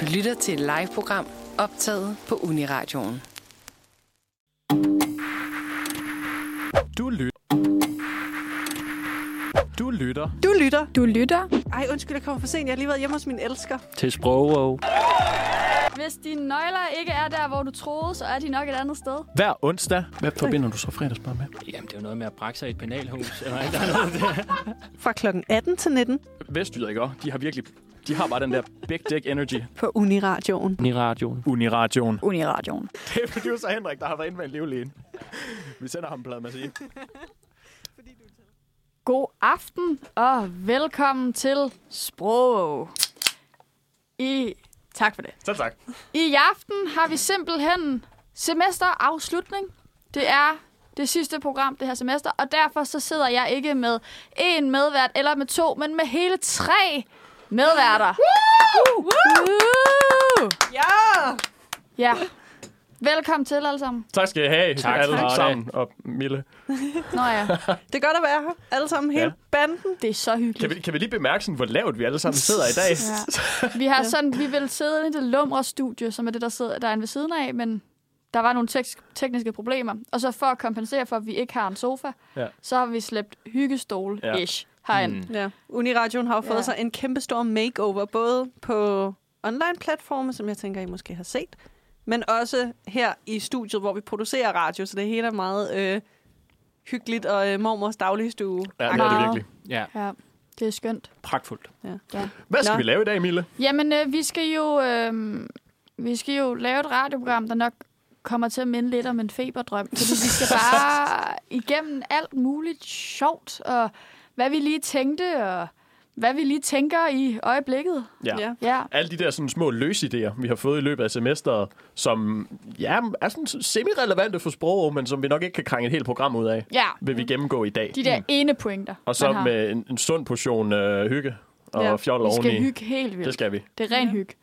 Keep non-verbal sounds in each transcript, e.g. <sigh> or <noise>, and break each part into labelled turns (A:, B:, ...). A: Du lytter til et live-program optaget på Uniradioen.
B: Du lytter. Du lytter.
C: Du lytter.
D: Du lytter.
C: Ej, undskyld, jeg kommer for sent. Jeg har lige været hjemme hos min elsker.
E: til sprog.
D: Hvis dine nøgler ikke er der, hvor du troede, så er de nok et andet sted.
B: Hver onsdag.
F: Hvad forbinder du så fredagsbar med?
E: Jamen, det er jo noget med at brække sig i et penalhus. Eller et eller andet.
C: Fra kl. 18 til 19
F: Vestjyder, ikke også? De har virkelig... De har bare den der big dick energy.
C: på Uniradioen.
E: I radioen.
B: Uniradioen.
D: Uniradioen.
F: <laughs> Det er producer Henrik, der har været inde med en livlægen. Vi sender ham en plade med at sige.
D: God aften og velkommen til Sprog. I... Tak for det.
F: Selv tak.
D: I aften har vi simpelthen semesterafslutning. Det er det sidste program det her semester, og derfor så sidder jeg ikke med én medvært eller med to, men med hele tre medværter. Woo! Woo!
C: Ja!
D: Ja. Velkommen til alle sammen.
F: Tak skal I have,
E: Tak
F: alle
E: for det.
F: sammen og Mille.
D: Nå ja,
C: Det er godt at være her. Alle sammen, hele ja. banden.
D: det er så hyggeligt.
F: Kan vi, kan vi lige bemærke, sådan, hvor lavt vi alle sammen sidder i dag?
D: Ja. <laughs> Vi har sådan, vi ville sidde i det lumre studie, som er det, der, sidder, der er en ved siden af, men der var nogle tek- tekniske problemer. Og så for at kompensere for, at vi ikke har en sofa,
F: Ja.
D: ja. så har vi slæbt hyggestol-ish ja. herind. Mm.
C: Ja. Uniradioen har jo fået
D: Ja.
C: ja. sig en kæmpe stor makeover, både på online-platforme, som jeg tænker, I måske har set, men også her i studiet, hvor vi producerer radio, så det hele er meget øh, hyggeligt og øh, mormors dagligstue.
F: Ja, det er det
D: Meget.
F: virkelig.
E: Ja,
D: Ja, det er skønt.
E: pragtfuldt.
F: Hvad skal
C: Nå.
F: vi lave i dag, Mille?
D: Jamen, øh, vi skal jo... Øh, vi skal jo lave et radioprogram, der nok kommer til at minde lidt om en feberdrøm. Fordi vi <laughs> skal bare igennem alt muligt sjovt, og hvad vi lige tænkte, og hvad vi lige tænker i øjeblikket.
C: Ja.
D: Ja.
F: Alle de der sådan, små løsidéer, vi har fået i løbet af semesteret, som ja, er sådan semi-relevante for sprog, men som vi nok ikke kan krænge et helt program ud af,
D: Ja,
F: vil vi gennemgå i dag.
D: de der mm. ene pointer,
F: Og så med en, en sund portion øh, hygge og
C: Ja,
F: ja, fjol
D: Vi
F: oveni.
D: skal hygge helt vildt.
F: Det
D: Det, skal.
F: skal vi.
D: det er ren hygge.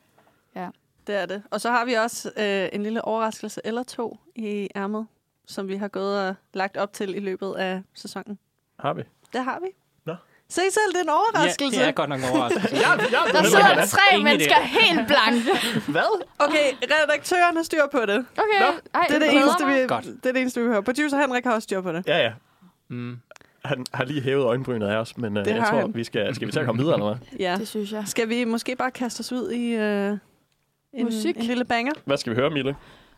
C: Det er det. Og så har vi også øh, en lille overraskelse eller to i ærmet, som vi har gået og lagt op til i løbet af sæsonen.
F: Har vi?
C: Det har vi.
F: Nå.
C: Se selv, det er en
E: Ja,
C: overraskelse.
E: det er godt nok en overraskelse.
F: Ja, ja,
D: Der sidder tre
E: Ingen
D: mennesker helt blanke.
F: Hvad?
C: Okay, redaktøren har styr på det.
D: Okay.
F: Nå,
D: Ej,
C: Det er det,
D: glæder
C: eneste, vi,
D: mig.
E: Godt.
C: det er det eneste, vi hører. Producer Henrik har også styr på det.
F: Ja, ja.
E: Mm.
F: Han har lige hævet øjenbrynet af os, men øh,
C: Det
F: jeg
C: har
F: tror,
C: han.
F: vi skal, skal vi til at komme videre eller hvad?
C: Ja.
D: Det synes jeg.
C: Skal vi måske bare kaste os ud i øh, en,
D: Musik.
C: en lille banger?
F: Hvad skal vi høre, Mille?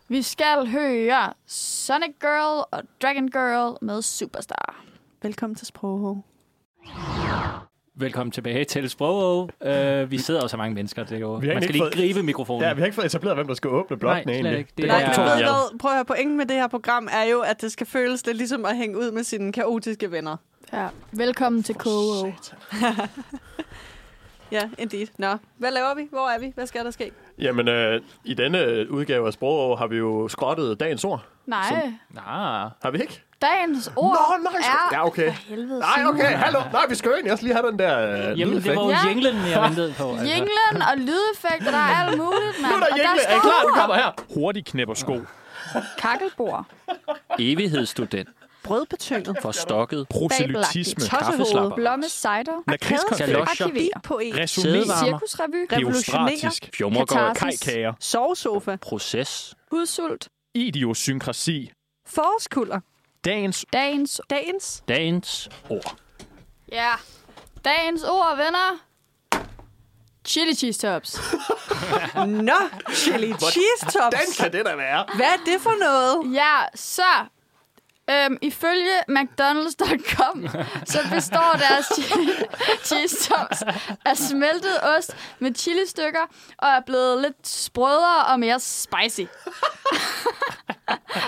D: Vi skal høre Sonic Girl og Dragon Girl med Superstar.
C: Velkommen til Sprog.
E: Velkommen tilbage til sprog. Uh, vi sidder jo så mange mennesker. Det er jo.
F: Vi har
E: Man skal
F: ikke
E: lige
F: fået-
E: gribe mikrofonen.
F: Ja, vi har ikke fået etableret, hvem der skal åbne blokken
E: Nej, slet
F: egentlig.
E: ikke. Det
C: Nej,
E: er-
C: men
E: Ja.
C: ved I hvad? Prøv at høre, pointen med det her program er jo, at det skal føles lidt ligesom at hænge ud med sine kaotiske venner.
D: Ja. Velkommen til
C: Oh,
D: KO.
C: Ja, indeed. Nå, hvad laver vi? Hvor er vi? Hvad skal der ske?
F: Jamen, øh, i denne udgave af Sprog har vi jo skrottet dagens ord.
D: Nej,
F: Som-
E: Nah.
F: Har vi ikke?
D: dagens ord
F: Nå, nej,
D: er...
F: ja, okay.
D: For helvede,
F: Nej, okay, hallo. Nej, vi skal jo egentlig også lige have den der øh,
E: Jamen, det
F: lydeffekt.
E: var jo
D: Ja.
E: jinglen, jeg ventede på. altså.
D: Jinglen og lydeffekter, der er alt muligt, mand.
F: Nu er der
D: Og
F: jægle. Er I
D: står
F: klar? Den kommer her.
B: Hurtig knæpper sko.
D: kakkelbord.
G: Evighedsstudent,
C: Brødbetynget.
G: forstokket,
B: Proselytisme.
G: kaffeslapper,
D: Blomme cider.
B: Lakridskonfekt.
D: Arkiver.
C: Poet.
B: Resumé.
G: Sædevarmer.
D: Cirkusrevy.
B: Geostratisk.
G: fjummergøj,
D: Katarsis.
B: Kajkager.
C: Sovesofa.
G: proces,
D: Udsult.
B: Idiosynkrasi.
C: Forårskulder.
B: Dagens
D: Dagens...
C: Dagens.
G: dagens ord.
D: Ja. Dagens ord, venner. Chili cheese tops.
C: Nå, chili cheese
F: Den
C: tops.
F: kan det da være.
C: Hvad er det for noget?
D: Ja, så... Øhm, ifølge McDonald's.com, så består deres <laughs> chi- cheese tops af smeltet ost med chilistykker og er blevet lidt sprødere og mere spicy. <laughs>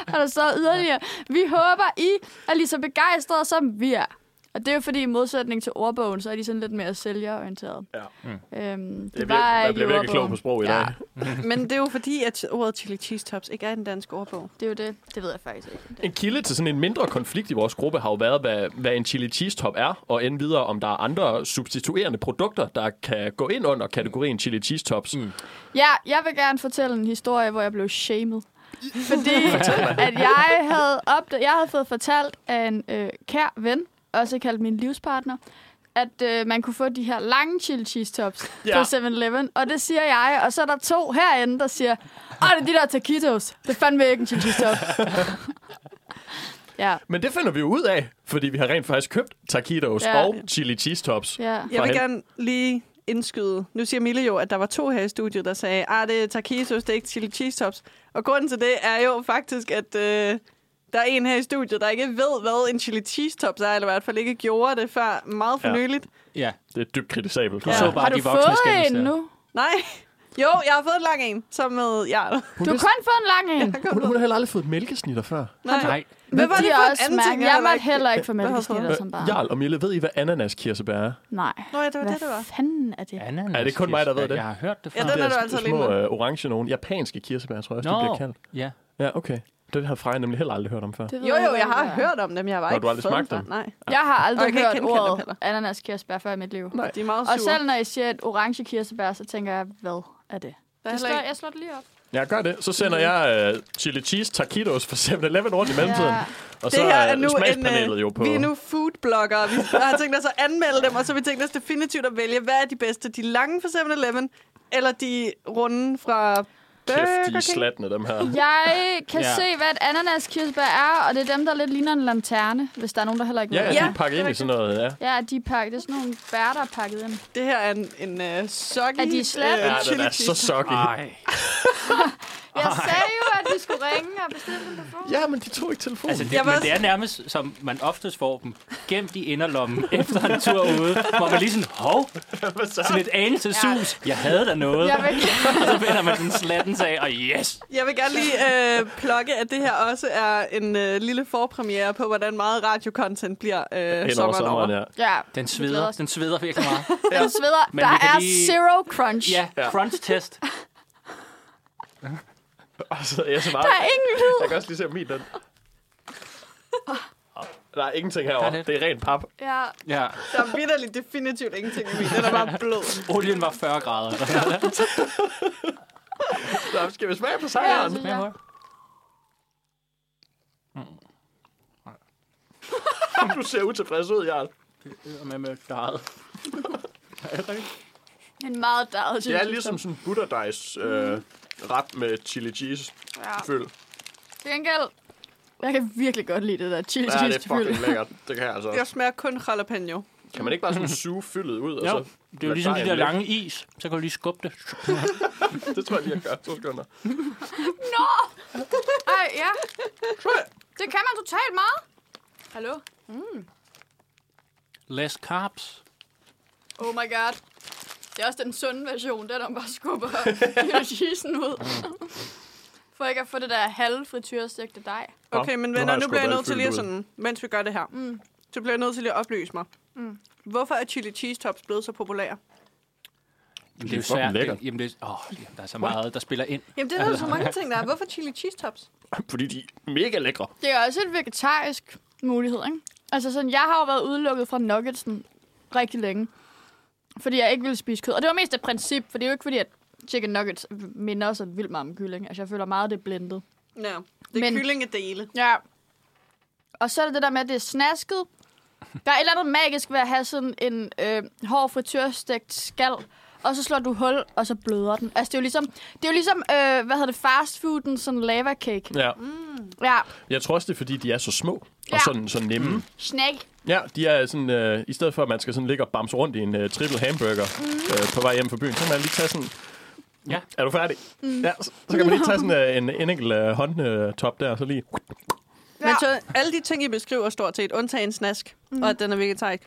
D: og der står yderligere, vi håber, I er lige så begejstrede, som vi er. Og det er jo fordi, i modsætning til ordbogen, så er de sådan lidt mere sælgerorienteret.
F: Ja.
D: Mm. Øhm, det
F: Jeg,
D: var
F: bliver, jeg
D: ikke
F: bliver virkelig klog
D: ordbogen.
F: på sprog i
D: Ja.
F: dag.
C: Men det er jo fordi, at ordet chili cheese tops ikke er i den danske ordbog.
D: Det er jo det. Det ved jeg faktisk ikke.
F: En kilde til sådan en mindre konflikt i vores gruppe har jo været, hvad, hvad en chili cheese top er, og end videre, om der er andre substituerende produkter, der kan gå ind under kategorien chili cheese tops. Mm.
D: Ja, jeg vil gerne fortælle en historie, hvor jeg blev shamed. Fordi
E: <laughs>
D: at jeg havde, opdaget, jeg havde fået fortalt af en øh, kær ven, også kaldt min livspartner, at øh, man kunne få de her lange chili cheese tops
F: Ja.
D: ja. på 7-Eleven, og det siger jeg, og så er der to herinde, der siger, åh, det er de der taquitos, det er fandme ikke en chili cheese
E: <laughs>
D: top. ja,
F: Men det finder vi jo ud af, fordi vi har rent faktisk købt taquitos ja.
D: Ja.
F: og chili cheese tops.
D: ja.
C: Jeg vil
F: For
C: gerne lige indskyde. Nu siger Mille jo, at der var to her i studiet, der sagde, at det er taquitos, det er ikke chili cheese tops. Og grunden til det er jo faktisk, at øh, der er en her i studiet, der ikke ved, hvad en chili cheese tops er, eller i hvert fald ikke gjorde det før meget for
F: Ja.
C: nyligt.
E: Ja,
F: Det er dybt kritisabelt.
E: du
C: Ja.
E: ja. så bare
D: Har du
E: de voksne
D: fået en
E: skændes der.
D: nu?
C: Nej. Jo, jeg har fået en lang en, som med ja.
D: Du har kun fået en lang en.
F: Hun, hun har heller aldrig fået mælkesnitter før.
E: Nej,
C: Hvad var
D: De
C: det
D: er
C: for en
D: også
C: anden ting,
D: mærke- Jeg
C: heller
D: måtte
C: ikke-
D: heller ikke få
C: har
D: mælkeskitter som barn.
F: Jarl og Mille, ved I, hvad ananaskirsebær er?
D: Nej.
C: Nå ja, det var det, det
D: Hvad
C: var.
D: fanden er det?
E: Ananas,
F: Er det kun mig, der ved det?
E: kirsebær? Jeg har hørt det
C: Ja,
E: før.
C: den er du
F: sm-
C: altså alene
F: små
C: med.
F: øh, orange nogen. Japanske kirsebær, tror jeg også, de bliver kaldt.
E: ja.
F: Ja, okay. Det har Freja nemlig heller aldrig hørt om før.
D: Det ved
C: Jo,
D: jeg
C: jo,
D: ikke,
C: jeg har
D: hvad er.
C: hørt om dem, jeg var
F: Har
C: ikke
F: du aldrig
C: fået
F: smagt
C: før.
F: dem?
C: Nej.
D: Jeg har
C: Og jeg
D: aldrig
C: kan ikke
D: hørt
C: genkende dem heller.
D: ordet ananas kirsebær før i mit liv.
C: De er meget
D: Og
C: sure.
D: selv når jeg siger et orange kirsebær, så tænker jeg, hvad er det?
C: Der er
D: det
C: heller
D: slår,
C: ikke-
D: jeg slår det lige op.
F: Ja, gør det. Så sender jeg øh, chili cheese taquitos fra 7-Eleven rundt i mellemtiden.
D: Ja.
F: Og så
C: Det her er
F: øh,
C: nu en,
F: smagspanelet
C: øh,
F: jo på...
C: Vi er nu foodbloggere. Vi har tænkt os at anmelde dem, og så har vi tænkt os definitivt at vælge, hvad er de bedste? De lange fra 7-Eleven, eller de runde fra Burger
F: Kæft, de er
C: King?
F: slatne, dem her.
D: Jeg kan
E: Ja.
D: ja. se, hvad et ananas kirsebær er, og det er dem, der lidt ligner en lanterne, hvis der er nogen, der heller ikke
F: Ja,
D: ved
F: ja,
D: det.
F: de
C: Ja,
F: er pakket
C: det er
F: ind i sådan noget, ja.
D: Ja, de er pakket. Det er sådan nogle bær, der er pakket ind.
C: Det her er en, en uh, soggy
D: Er de slatne?
F: Ja, den
C: chili
F: er
C: cheese. Ah.
F: så soggy.
E: Ej.
D: Jeg sagde jo, at vi skulle ringe og bestille dem på forhånd.
F: Ja, men de tog ikke telefonen.
E: Altså, det,
C: Jeg var
E: men
C: også-
E: det er nærmest, som man oftest får dem, gemt i inderlommen <laughs> efter en tur ude, hvor man lige sådan,
F: <laughs>
E: hov, sådan et anelse sus, jeg havde der noget.
D: Jeg vil
E: Og så finder man den slatten sag, og yes,
C: Jeg vil gerne lige øh, plukke, at det her også er en øh, lille forpremiere på, hvordan meget radiocontent bliver øh,
F: Hen over
C: sommeren over.
F: sommeren, ja.
D: Ja,
E: den
D: glæder
E: sveder,
D: os.
E: den sveder virkelig meget.
D: den sveder.
E: Men
D: der
E: vi kan
D: er
E: lige-
D: zero crunch. <laughs>
E: Ja, crunch test.
F: Altså, jeg, er så meget,
D: Der er ingen lyd.
F: jeg kan også lige se om min, den.
C: Ah.
F: Ah, Der er ingenting
E: Der
F: herovre.
E: er det.
F: Det er rent pap.
D: Ja,
E: Ja,
C: Der er vidderligt definitivt ingenting i min. Den er bare blød.
E: olien var 40 grader.
F: Så skal vi smage på
D: ja,
F: sejren?
D: synes jeg.
F: Du ser utilfreds ud, Jarl.
E: Med mælk, der er
D: En meget dejlig
F: Det er ligesom sådan en butterdejs øh, ret med chili cheese
D: Ja.
F: fyld.
D: Til gengæld, jeg kan virkelig godt lide det der chili
F: Ja, det er
D: cheese fyld.
F: fucking lækkert. Det kan jeg altså
C: Jeg
F: også.
C: smager kun jalapeno.
F: Kan man ikke bare sådan suge fyldet ud? altså? Og
E: Jo,
F: så
E: det er jo ligesom de der lange is, så kan du lige skubbe det.
F: Det tror jeg lige, jeg gør. To sekunder.
D: Nå! Ej, ja. Det kan man totalt meget. Hallo?
E: Less carbs.
D: Oh my god. Det er også den sunde version, den der man bare
F: <laughs>
D: skubber cheesen ud. For ikke at få det der halve frityrestegte dej.
C: Okay, men
F: nu har
C: venner,
F: jeg
C: nu
F: sgu
C: bliver jeg
F: valgt
C: nødt til
F: fyldt
C: lige
F: ud.
C: sådan, mens vi gør det her, mm. så bliver jeg nødt til lige at oplyse mig. Mm. Hvorfor er chili cheese tops blevet så populære?
E: Jamen, det er
F: fucking
E: jo svært.
F: lækkert.
E: Det, jamen, det, er- åh, jamen, der er så meget, der spiller ind.
C: Jamen, det er der så mange ting, der er. Hvorfor chili cheese tops?
F: Fordi de er mega lækre.
D: Det er også et vegetarisk mulighed, ikke? Altså sådan, jeg har jo været udelukket fra nuggetsen rigtig længe. Fordi jeg ikke ville spise kød. Og det var mest et princip, for det er jo ikke fordi, at chicken nuggets minder så vildt meget om kylling. Altså, jeg føler meget, det er blendet.
C: Ja, det er men...
D: Men-
C: kyllingedele.
D: Ja. Og så er det det der med, at det er snasket. Der er et eller andet magisk ved at have sådan en øh, hård fritørstegt skal, og så slår du hul, og så bløder den. Altså, det er jo ligesom, det er jo ligesom øh, hvad hedder det, fastfooden, sådan lava cake.
F: Ja.
D: Ja,
F: Jeg tror også, det er, fordi de er så små. Og
D: Ja.
F: sådan så nemme.
D: snack.
F: Ja, de er sådan, øh, i stedet for at man skal sådan ligge og bamse rundt i en øh, triple hamburger øh, på vej hjem fra byen, så kan man lige tage sådan,
E: Ja.
F: er du færdig? Mm. Ja, så, så kan man lige tage sådan øh, en, en enkelt øh, håndtop der, og så lige,
C: Ja. Men så alle de ting, I beskriver stort set, undtagen snask, mm. og at den er vegetarisk,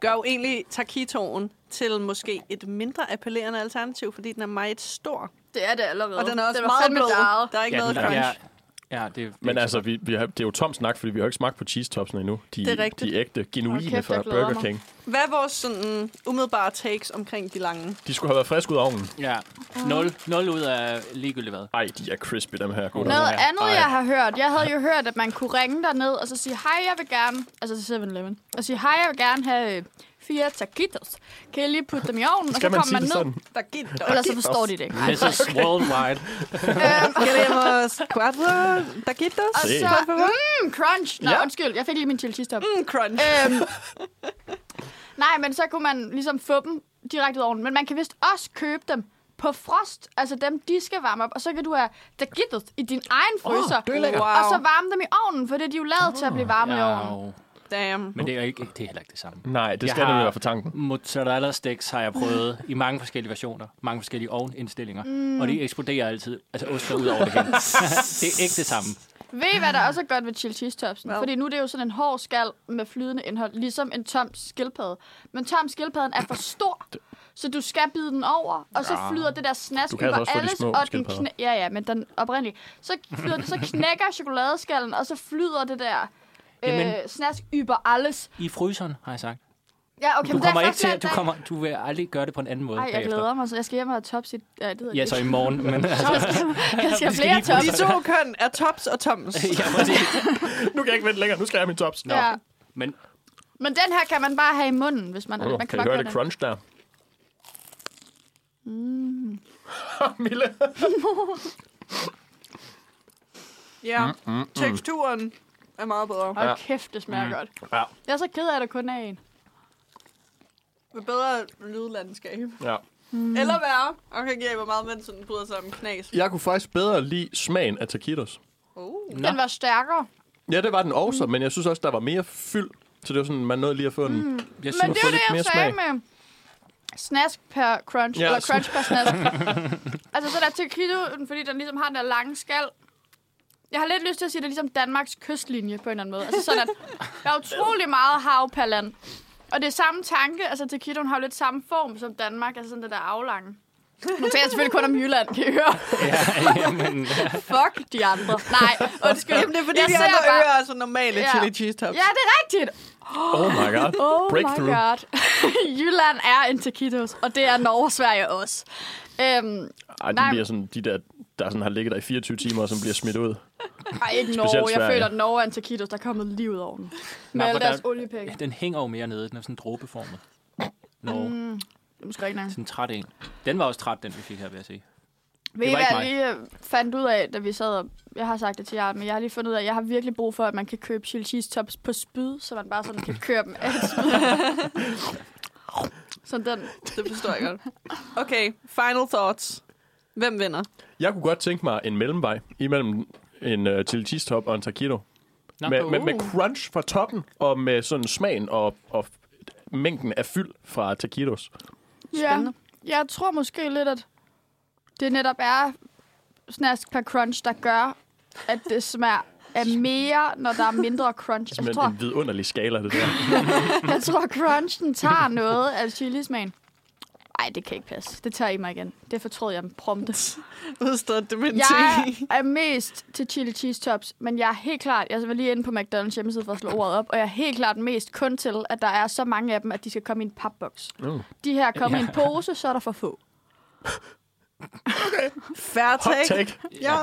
C: gør jo egentlig taquitoen til måske et mindre appellerende alternativ, fordi den er meget stor.
D: Det er det allerede.
C: Og den er også
D: var
C: meget
D: fandme
C: blød.
D: darret.
C: Der er ikke ja, noget
E: den er-
C: crunch.
E: ja,
C: Ja.
E: ja, det, det
F: men altså, vi, vi har, det er jo tom snak, fordi vi har jo ikke smagt på cheese topsene endnu. De,
C: Det er rigtigt.
F: de ægte,
D: Hold
F: genuine
D: kæft, jeg
F: fra
D: glæder
F: Burger
D: mig.
F: King.
C: Hvad er vores sådan, umiddelbare takes omkring de lange?
F: De skulle have været friske ud af ovnen.
E: Ja, 0, 0 ud af ligegyldigt hvad.
F: Ej, de er crispy, dem her. gutter.
D: Noget
E: Ej.
D: andet, jeg har hørt. Jeg havde jo hørt, at man kunne ringe derned og så sige, hej, jeg vil gerne... Altså til 7-Eleven. Og sige, hej, jeg vil gerne have øh, fire taquitos. Kan jeg lige putte dem i ovnen?
F: Skal
D: og så
F: man
D: kommer
F: sige
D: man
F: det
D: ned.
F: sådan?
C: Der gik dog.
D: Ellers så forstår de det ikke.
E: This is
D: <laughs>
E: worldwide.
C: Queremos cuatro taquitos.
D: Og
F: Se.
D: så, mm, crunch. Nå,
F: Ja. Øhm.
D: ja. undskyld, jeg fik lige min chili cheese top.
C: Mm, crunch.
D: Øhm, <laughs> Nej, men så kunne man ligesom få dem direkte ud af ovnen. Men man kan vist også købe dem på frost, altså dem, de skal varme op, og så kan du have dagittet i din egen fryser,
F: det er lækkert.
D: og så varme dem i ovnen, for det er de jo lavet til at blive varme i ovnen.
E: jo.
C: Damn.
E: Men det er, jo ikke, det er heller ikke det samme.
F: Nej, det
E: Jeg
F: skal det
E: har-
F: være for tanken.
E: Mozzarella sticks har jeg prøvet i mange forskellige versioner, mange forskellige ovnindstillinger, mm. og de eksploderer altid. Altså oster ud over det
D: <laughs>
E: hele. det er ikke det samme.
D: Ved I, hvad der også er godt ved chili cheese topsen?
C: Hvad?
D: Fordi nu er det jo sådan en hård skal med flydende indhold, ligesom en tom skildpadde. Men tom skildpadden er for stor, så du skal bide den over, og så flyder det der snask
F: Du kan altså også få de små
D: og den
F: skildpadder.
D: knæ- Ja, ja, men den oprindelige. Så, flyder det, så knækker chokoladeskallen, og så flyder det der øh,
E: Jamen.
D: snask yber alles.
E: I fryseren, har jeg sagt.
D: Ja, okay,
E: Du
D: men det er
E: kommer ikke
D: først
E: til,
D: den
E: du,
D: dag-
E: kommer, du vil aldrig gøre det på en anden måde
D: Ej, jeg
E: bagefter.
D: glæder mig, så jeg skal hjem og have tops i... Ja, det hedder
E: Ja,
D: det
E: så
D: <laughs> ikke.
E: i morgen. Men, altså,
D: Jeg skal have
E: skal
D: flere
E: lige prøve-
C: De
D: tops.
C: to køn er tops og toms.
E: ja, præcis.
F: Nu kan jeg ikke vente længere. Nu skal jeg have min tops. Nå.
D: Ja.
E: men
D: Men den her kan man bare have i munden, hvis man,
F: Oh,
D: man
F: kan,
D: kan
F: I
D: nok
F: høre
D: høre
F: det
D: den.
F: crunch der? Mm. <laughs> Mille.
C: Ja. Teksturen er meget bedre.
D: Hold kæft, det smager godt.
F: Mm. Ja,
D: Jeg er så ked af, at der kun er en.
C: Med bedre lydlandskab.
F: ja.
C: Eller værre. Okay, giver I hvor meget mænd sådan bryder sig om knas.
F: Jeg kunne faktisk bedre lide smagen af taquitos.
C: Uh.
D: Den var stærkere.
F: Ja, det var den også, mm. men jeg synes også, der var mere fyld. Så det var sådan, man nåede lige at få en... Mm.
E: jeg
D: Men
E: synes,
D: det
F: få
D: er jo det,
F: lidt
D: jeg
F: mere
D: sagde
F: smag.
D: med snask per crunch,
F: Ja,
D: ja, eller
F: sn-
D: crunch per
F: <laughs>
D: snask. altså, så der taquito, fordi den ligesom har den der lange skal. Jeg har lidt lyst til at sige, at det er ligesom Danmarks kystlinje på en eller anden måde. Altså sådan, at der er utrolig meget hav per land. Og det er samme tanke, altså taquitoen har jo lidt samme form som Danmark, altså sådan det der aflange. Nu taler jeg selvfølgelig kun om Jylland, kan I høre?
E: ja, men,
D: Fuck de andre. Nej, undskyld.
C: Jamen, det er fordi,
D: Jeg
C: de
D: ser
C: andre
D: bare-
C: ører er så normale
D: Ja.
C: chili cheese tops.
D: Ja, det er rigtigt.
F: Oh my god.
D: <laughs> Oh
F: Breakthrough.
D: my god. <laughs> Jylland er en taquitos, og det er Norge og Sverige også. Øhm,
F: Ej, de
D: Nej.
F: bliver sådan, de der, der sådan har ligget der i 24 timer, og som bliver smidt ud.
D: ej, ikke
F: Specielt
D: Norge. Jeg
F: Sverige.
D: føler, at Norge er en taquitos, der er kommet livet over den. Med
E: Nej,
D: alle
E: for der-
D: deres oliepenge.
E: den hænger jo mere nede. Den er sådan dråbeformet. Nå, mm.
D: Det er måske ikke nok.
E: sådan en træt en. Den var også træt, den vi fik her, vil jeg sige.
D: Ved I,
E: var
D: hvad
E: ikke
D: jeg lige øh, fandt ud af, da vi sad og... Jeg har sagt det til jer, men jeg har lige fundet ud af, at jeg har virkelig brug for, at man kan købe chili cheese tops på spyd, så man bare sådan kan køre dem af et
F: <laughs>
D: spyd. Sådan den.
C: Det forstår jeg godt. Okay, final thoughts. Hvem vinder?
F: Jeg kunne godt tænke mig en mellemvej imellem en uh, chili cheese top og en taquito.
E: Nå,
F: Med, med,
D: Oh.
F: med crunch fra toppen, og med sådan smagen og, og mængden af fyld fra taquitos.
D: Ja, jeg tror måske lidt, at det netop er snask per crunch, der gør, at det smager af mere, når der er mindre crunch.
F: Men
D: Jeg
F: en
D: tror,
F: vidunderlig skala, det
D: <laughs>
F: der.
D: jeg tror crunchen tager noget af chilismagen. Nej, det kan ikke passe. Det tager I mig igen. Det fortrød jeg prompte.
C: Udstået dementi.
D: Jeg er mest til chili cheese tops, men jeg er helt klart, jeg var lige inde på McDonald's hjemmeside for at slå ordet op, og jeg er helt klart mest kun til, at der er så mange af dem, at de skal komme i en papboks. De her kommer i en pose, så er der for få.
C: Fair
F: Hot
C: take.
F: take.
C: Ja.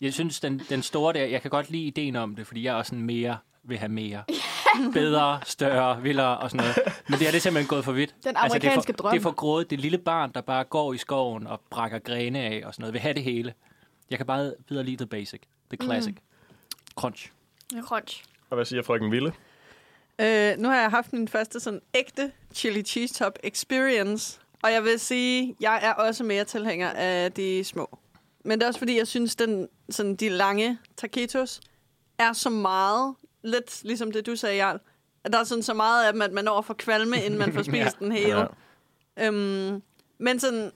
E: Jeg synes, den, den store der, jeg kan godt lide ideen om det, fordi jeg er også sådan mere vil have mere. Bedre, større, vildere og sådan noget. Men det her, det er simpelthen gået for vidt. Altså,
D: Den
E: det er for,
D: amerikanske drøm.
E: Det er for grådet. Det lille barn, der bare går i skoven og brækker grene af og sådan noget, vil have det hele. Jeg kan bare videre lide the basic, the
D: Mhm.
E: classic. Mm. Crunch.
D: Crunch.
F: Og hvad siger frøken Ville?
C: Øh, nu har jeg haft min første sådan ægte chili cheese top experience, og jeg vil sige, jeg er også mere tilhænger af de små. Men det er også fordi, jeg synes, den, sådan de lange taquitos er så meget, lidt ligesom det, du sagde, Jarl, at der er sådan så meget af dem, at man når for kvalme, inden
E: <laughs>
C: man får spist ja. den hele.
F: Ja.
C: Øhm, men sådan,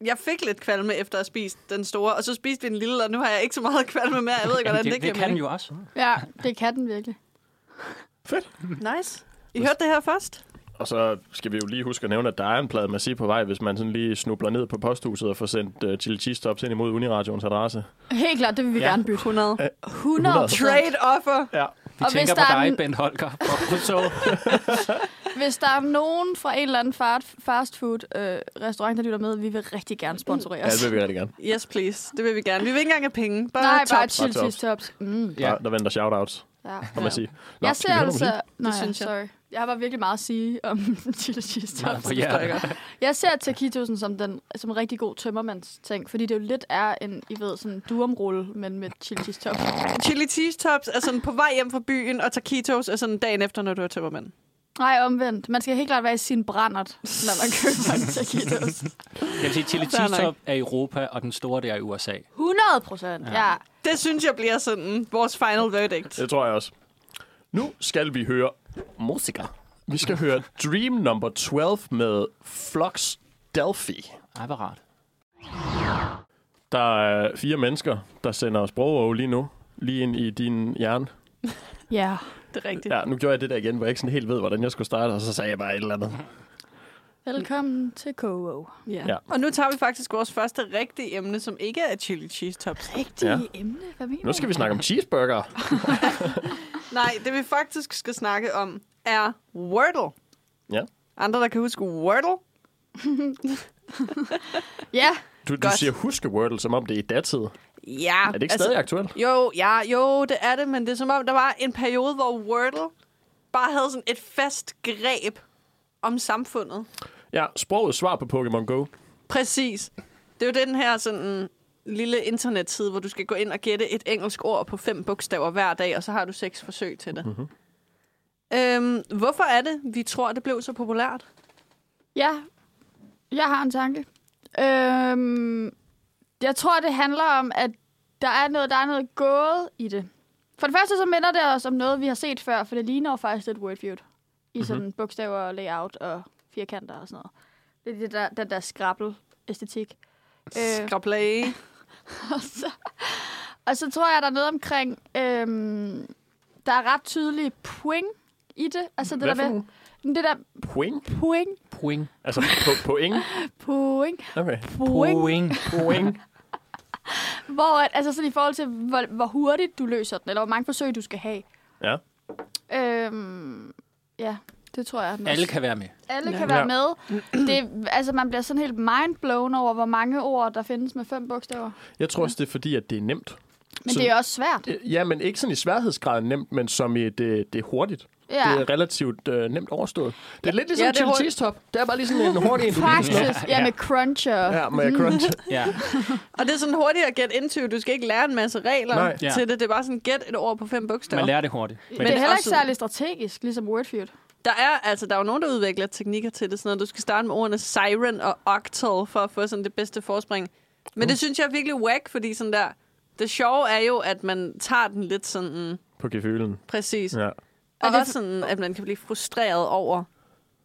C: jeg fik lidt kvalme efter at have spist den store, og så spiste vi den lille, og nu har jeg ikke så meget kvalme mere. Jeg ved ikke, hvordan det,
E: Jamen, det, det,
C: giver
E: det kan
C: mening.
E: jo også.
D: Ja, det kan den virkelig.
C: Nice. I hørte det her først?
F: Og så skal vi jo lige huske at nævne, at der er en plade massiv på vej, hvis man sådan lige snubler ned på posthuset og får sendt uh, chili cheese tops ind imod Uniradioens adresse.
D: Helt klart, det vil vi ja. gerne bytte.
C: 100.
D: 100
C: Trade offer.
F: Ja.
E: Vi
D: Og hvis
E: tænker på
D: der er
E: dig,
D: en-
E: Bent Holger. Og så,
D: Hvis der er nogen fra en eller anden fart, fast food øh, restaurant, der lytter med, vi vil rigtig gerne sponsorere
F: Ja,
D: os.
F: det vil vi rigtig gerne.
C: Yes, please. Det vil vi gerne. Vi vil ikke engang have penge. Bare
D: Nej, bare
C: tops.
D: chill
F: Bare
D: cheese tops. Mm,
F: Ja.
E: Ja.
F: Der, der venter shoutouts,
D: ja.
F: kan man sige. Nå,
D: Jeg
F: skal
D: ser
F: vi høre noget
D: altså...
F: musik?
D: Nå,
C: Det
D: ja,
C: synes jeg.
D: sorry. Jeg har bare virkelig meget at sige om <laughs> chill cheese tops.
E: på jer.
D: Jeg ser taquitosen som, den, som en rigtig god tømmermandsting, fordi det jo lidt er en, I ved, sådan en durumrulle, men med chill cheese tops.
C: Chili cheese tops er sådan på vej hjem fra byen, og taquitos er sådan dagen efter, når du er tømmermand.
D: Nej, omvendt. Man skal helt klart være i sin brændert, når man køber
F: <laughs>
D: en taquitos.
E: Jeg vil sige, Chili
C: Fair
E: Cheese
C: nok.
E: Top er i Europa, og den store der er i USA.
D: 100 procent, ja. ja.
C: Det synes jeg bliver sådan vores final verdict.
F: Det tror jeg også. Nu skal vi høre musiker. Vi skal høre Dream Number 12 med Flux Delphi.
E: Ej, hvor rart.
F: Der er fire mennesker, der sender sprog lige nu. Lige ind i din hjerne.
D: Ja.
C: Det er rigtigt.
F: Ja, nu gjorde jeg det der igen, hvor jeg ikke sådan helt ved, hvordan jeg skulle starte, og så sagde jeg bare et eller andet.
D: Velkommen til KO.
C: Ja.
F: Ja.
C: ja. Og nu tager vi faktisk vores første rigtige emne, som ikke er chili cheese tops.
D: Rigtige
F: Ja.
D: ja. emne, hvad mener
F: Nu skal vi snakke om cheeseburger.
C: Nej, det vi faktisk skal snakke om er Wordle.
F: Ja.
C: Andre, der kan huske Wordle?
D: Ja,
F: Du, du
C: Godt.
F: siger huske Wordle, som om det er i datid. Er
C: Ja.
F: det ikke altså, stadig aktuelt?
C: Jo, ja, jo, det er det, men det er som om, der var en periode, hvor Wordle bare havde sådan et fast greb om samfundet.
F: Ja, sproget svar på Pokémon Go.
C: Præcis. Det er jo den her sådan lille internetside, hvor du skal gå ind og gætte et engelsk ord på fem bogstaver hver dag, og så har du seks forsøg til det. Mm-hmm. Øhm, hvorfor er det, vi tror, det blev så populært?
D: ja. Jeg har en tanke. Øhm, jeg tror, det handler om, at der er noget, der er noget gået i det. For det første så minder det os om noget, vi har set før, for det ligner jo faktisk lidt Wordfeud.
F: Mhm.
D: I sådan mm-hmm. bogstaver og layout og firkanter og sådan noget. Det er det der, den der skrabbel-æstetik. Øh,
C: Skrablage.
D: Og så, og så tror jeg, der er noget omkring, øhm, der er ret tydelige point i det. Altså det
F: Hvad for
D: der med,
F: nogle?
D: Men det der
F: Point?
D: point,
E: Poing.
F: Altså på, point?
D: point,
F: Okay.
D: point,
E: Poing.
F: Point.
D: hvor at, altså sådan i forhold til, hvor, hvor hurtigt du løser den, eller hvor mange forsøg du skal have.
F: Ja.
D: Øhm, ja, det tror jeg. den
E: Alle
D: også-
E: kan være med.
D: Alle
C: Ja.
D: kan være
F: Ja.
D: med. Det, altså, man bliver sådan helt mindblown over, hvor mange ord, der findes med fem bogstaver.
F: Jeg tror også, det er fordi, at det er nemt.
D: Men
F: Så-
D: så, det er også svært.
F: Øh, Ja, men ikke sådan i sværhedsgraden nemt, men som i det, det er hurtigt.
D: Ja.
F: Det er relativt øh, nemt overstået. Det er lidt ligesom
C: Ja,
F: ja,
C: det er
F: Chili
C: hurtigt.
F: Cheese Top. Det er bare lige sådan en hurtig en, du lige kan slå.
D: Faktisk, ja, med cruncher.
F: Ja, med crunch.
E: Ja.
C: Og det er sådan hurtigt at gætte into. Du skal ikke lære en masse regler
F: Nej.
C: Nej,
E: Ja.
C: ja. til det. Det er bare sådan, gæt et ord på fem bogstaver.
E: Man lærer det hurtigt.
D: Men det er heller ikke
C: også-
D: særlig strategisk, ligesom Wordfeud.
C: Der er altså der er jo nogen, der udvikler teknikker til det. Sådan noget. Du skal starte med ordene siren og octal for at få sådan det bedste forspring. Men det synes jeg er virkelig whack, fordi sådan der... Det sjove er jo, at man tager den lidt sådan mm,
F: På gefylen.
C: præcis. Ja.
F: Ja.
C: Og
D: Er det
C: også sådan, at man kan blive frustreret over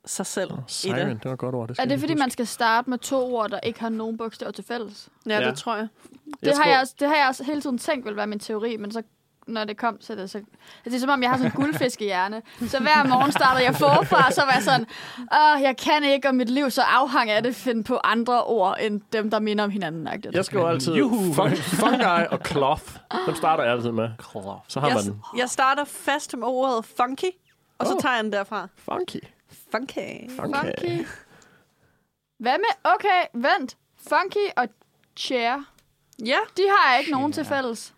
C: sig selv i
F: Siren,
C: det.
F: det var et godt ord. Det
D: Er
F: skal
D: det,
F: jeg
D: fordi
F: lige
D: man skal starte med to ord, der ikke har nogen bogstaver til fælles?
C: Ja,
F: Ja.
C: det tror jeg.
F: huske.
D: Det, har
F: tror-
D: jeg, også, det har jeg også hele tiden tænkt ville være min teori, men så når det kom til det, så... Altså, det er som om, jeg har sådan en guldfiskehjerne. Så hver morgen startede jeg forfra, og så var jeg sådan, Åh, jeg kan ikke om mit liv, så afhang af det finde på andre ord, end dem, der minder om hinanden. agtigt."
F: Jeg skriver altid
E: Juhu.
F: fun- fungi og cloth. Dem starter jeg altid med. Så har
C: Jeg,
F: man den.
C: jeg starter fast med ordet funky, og så
F: Oh.
C: tager jeg den derfra.
F: Funky. <laughs>
C: Funky.
F: Funky.
D: Funky. Hvad med... Okay, vent. Funky og chair.
C: Ja,
D: De har ikke nogen til fælles.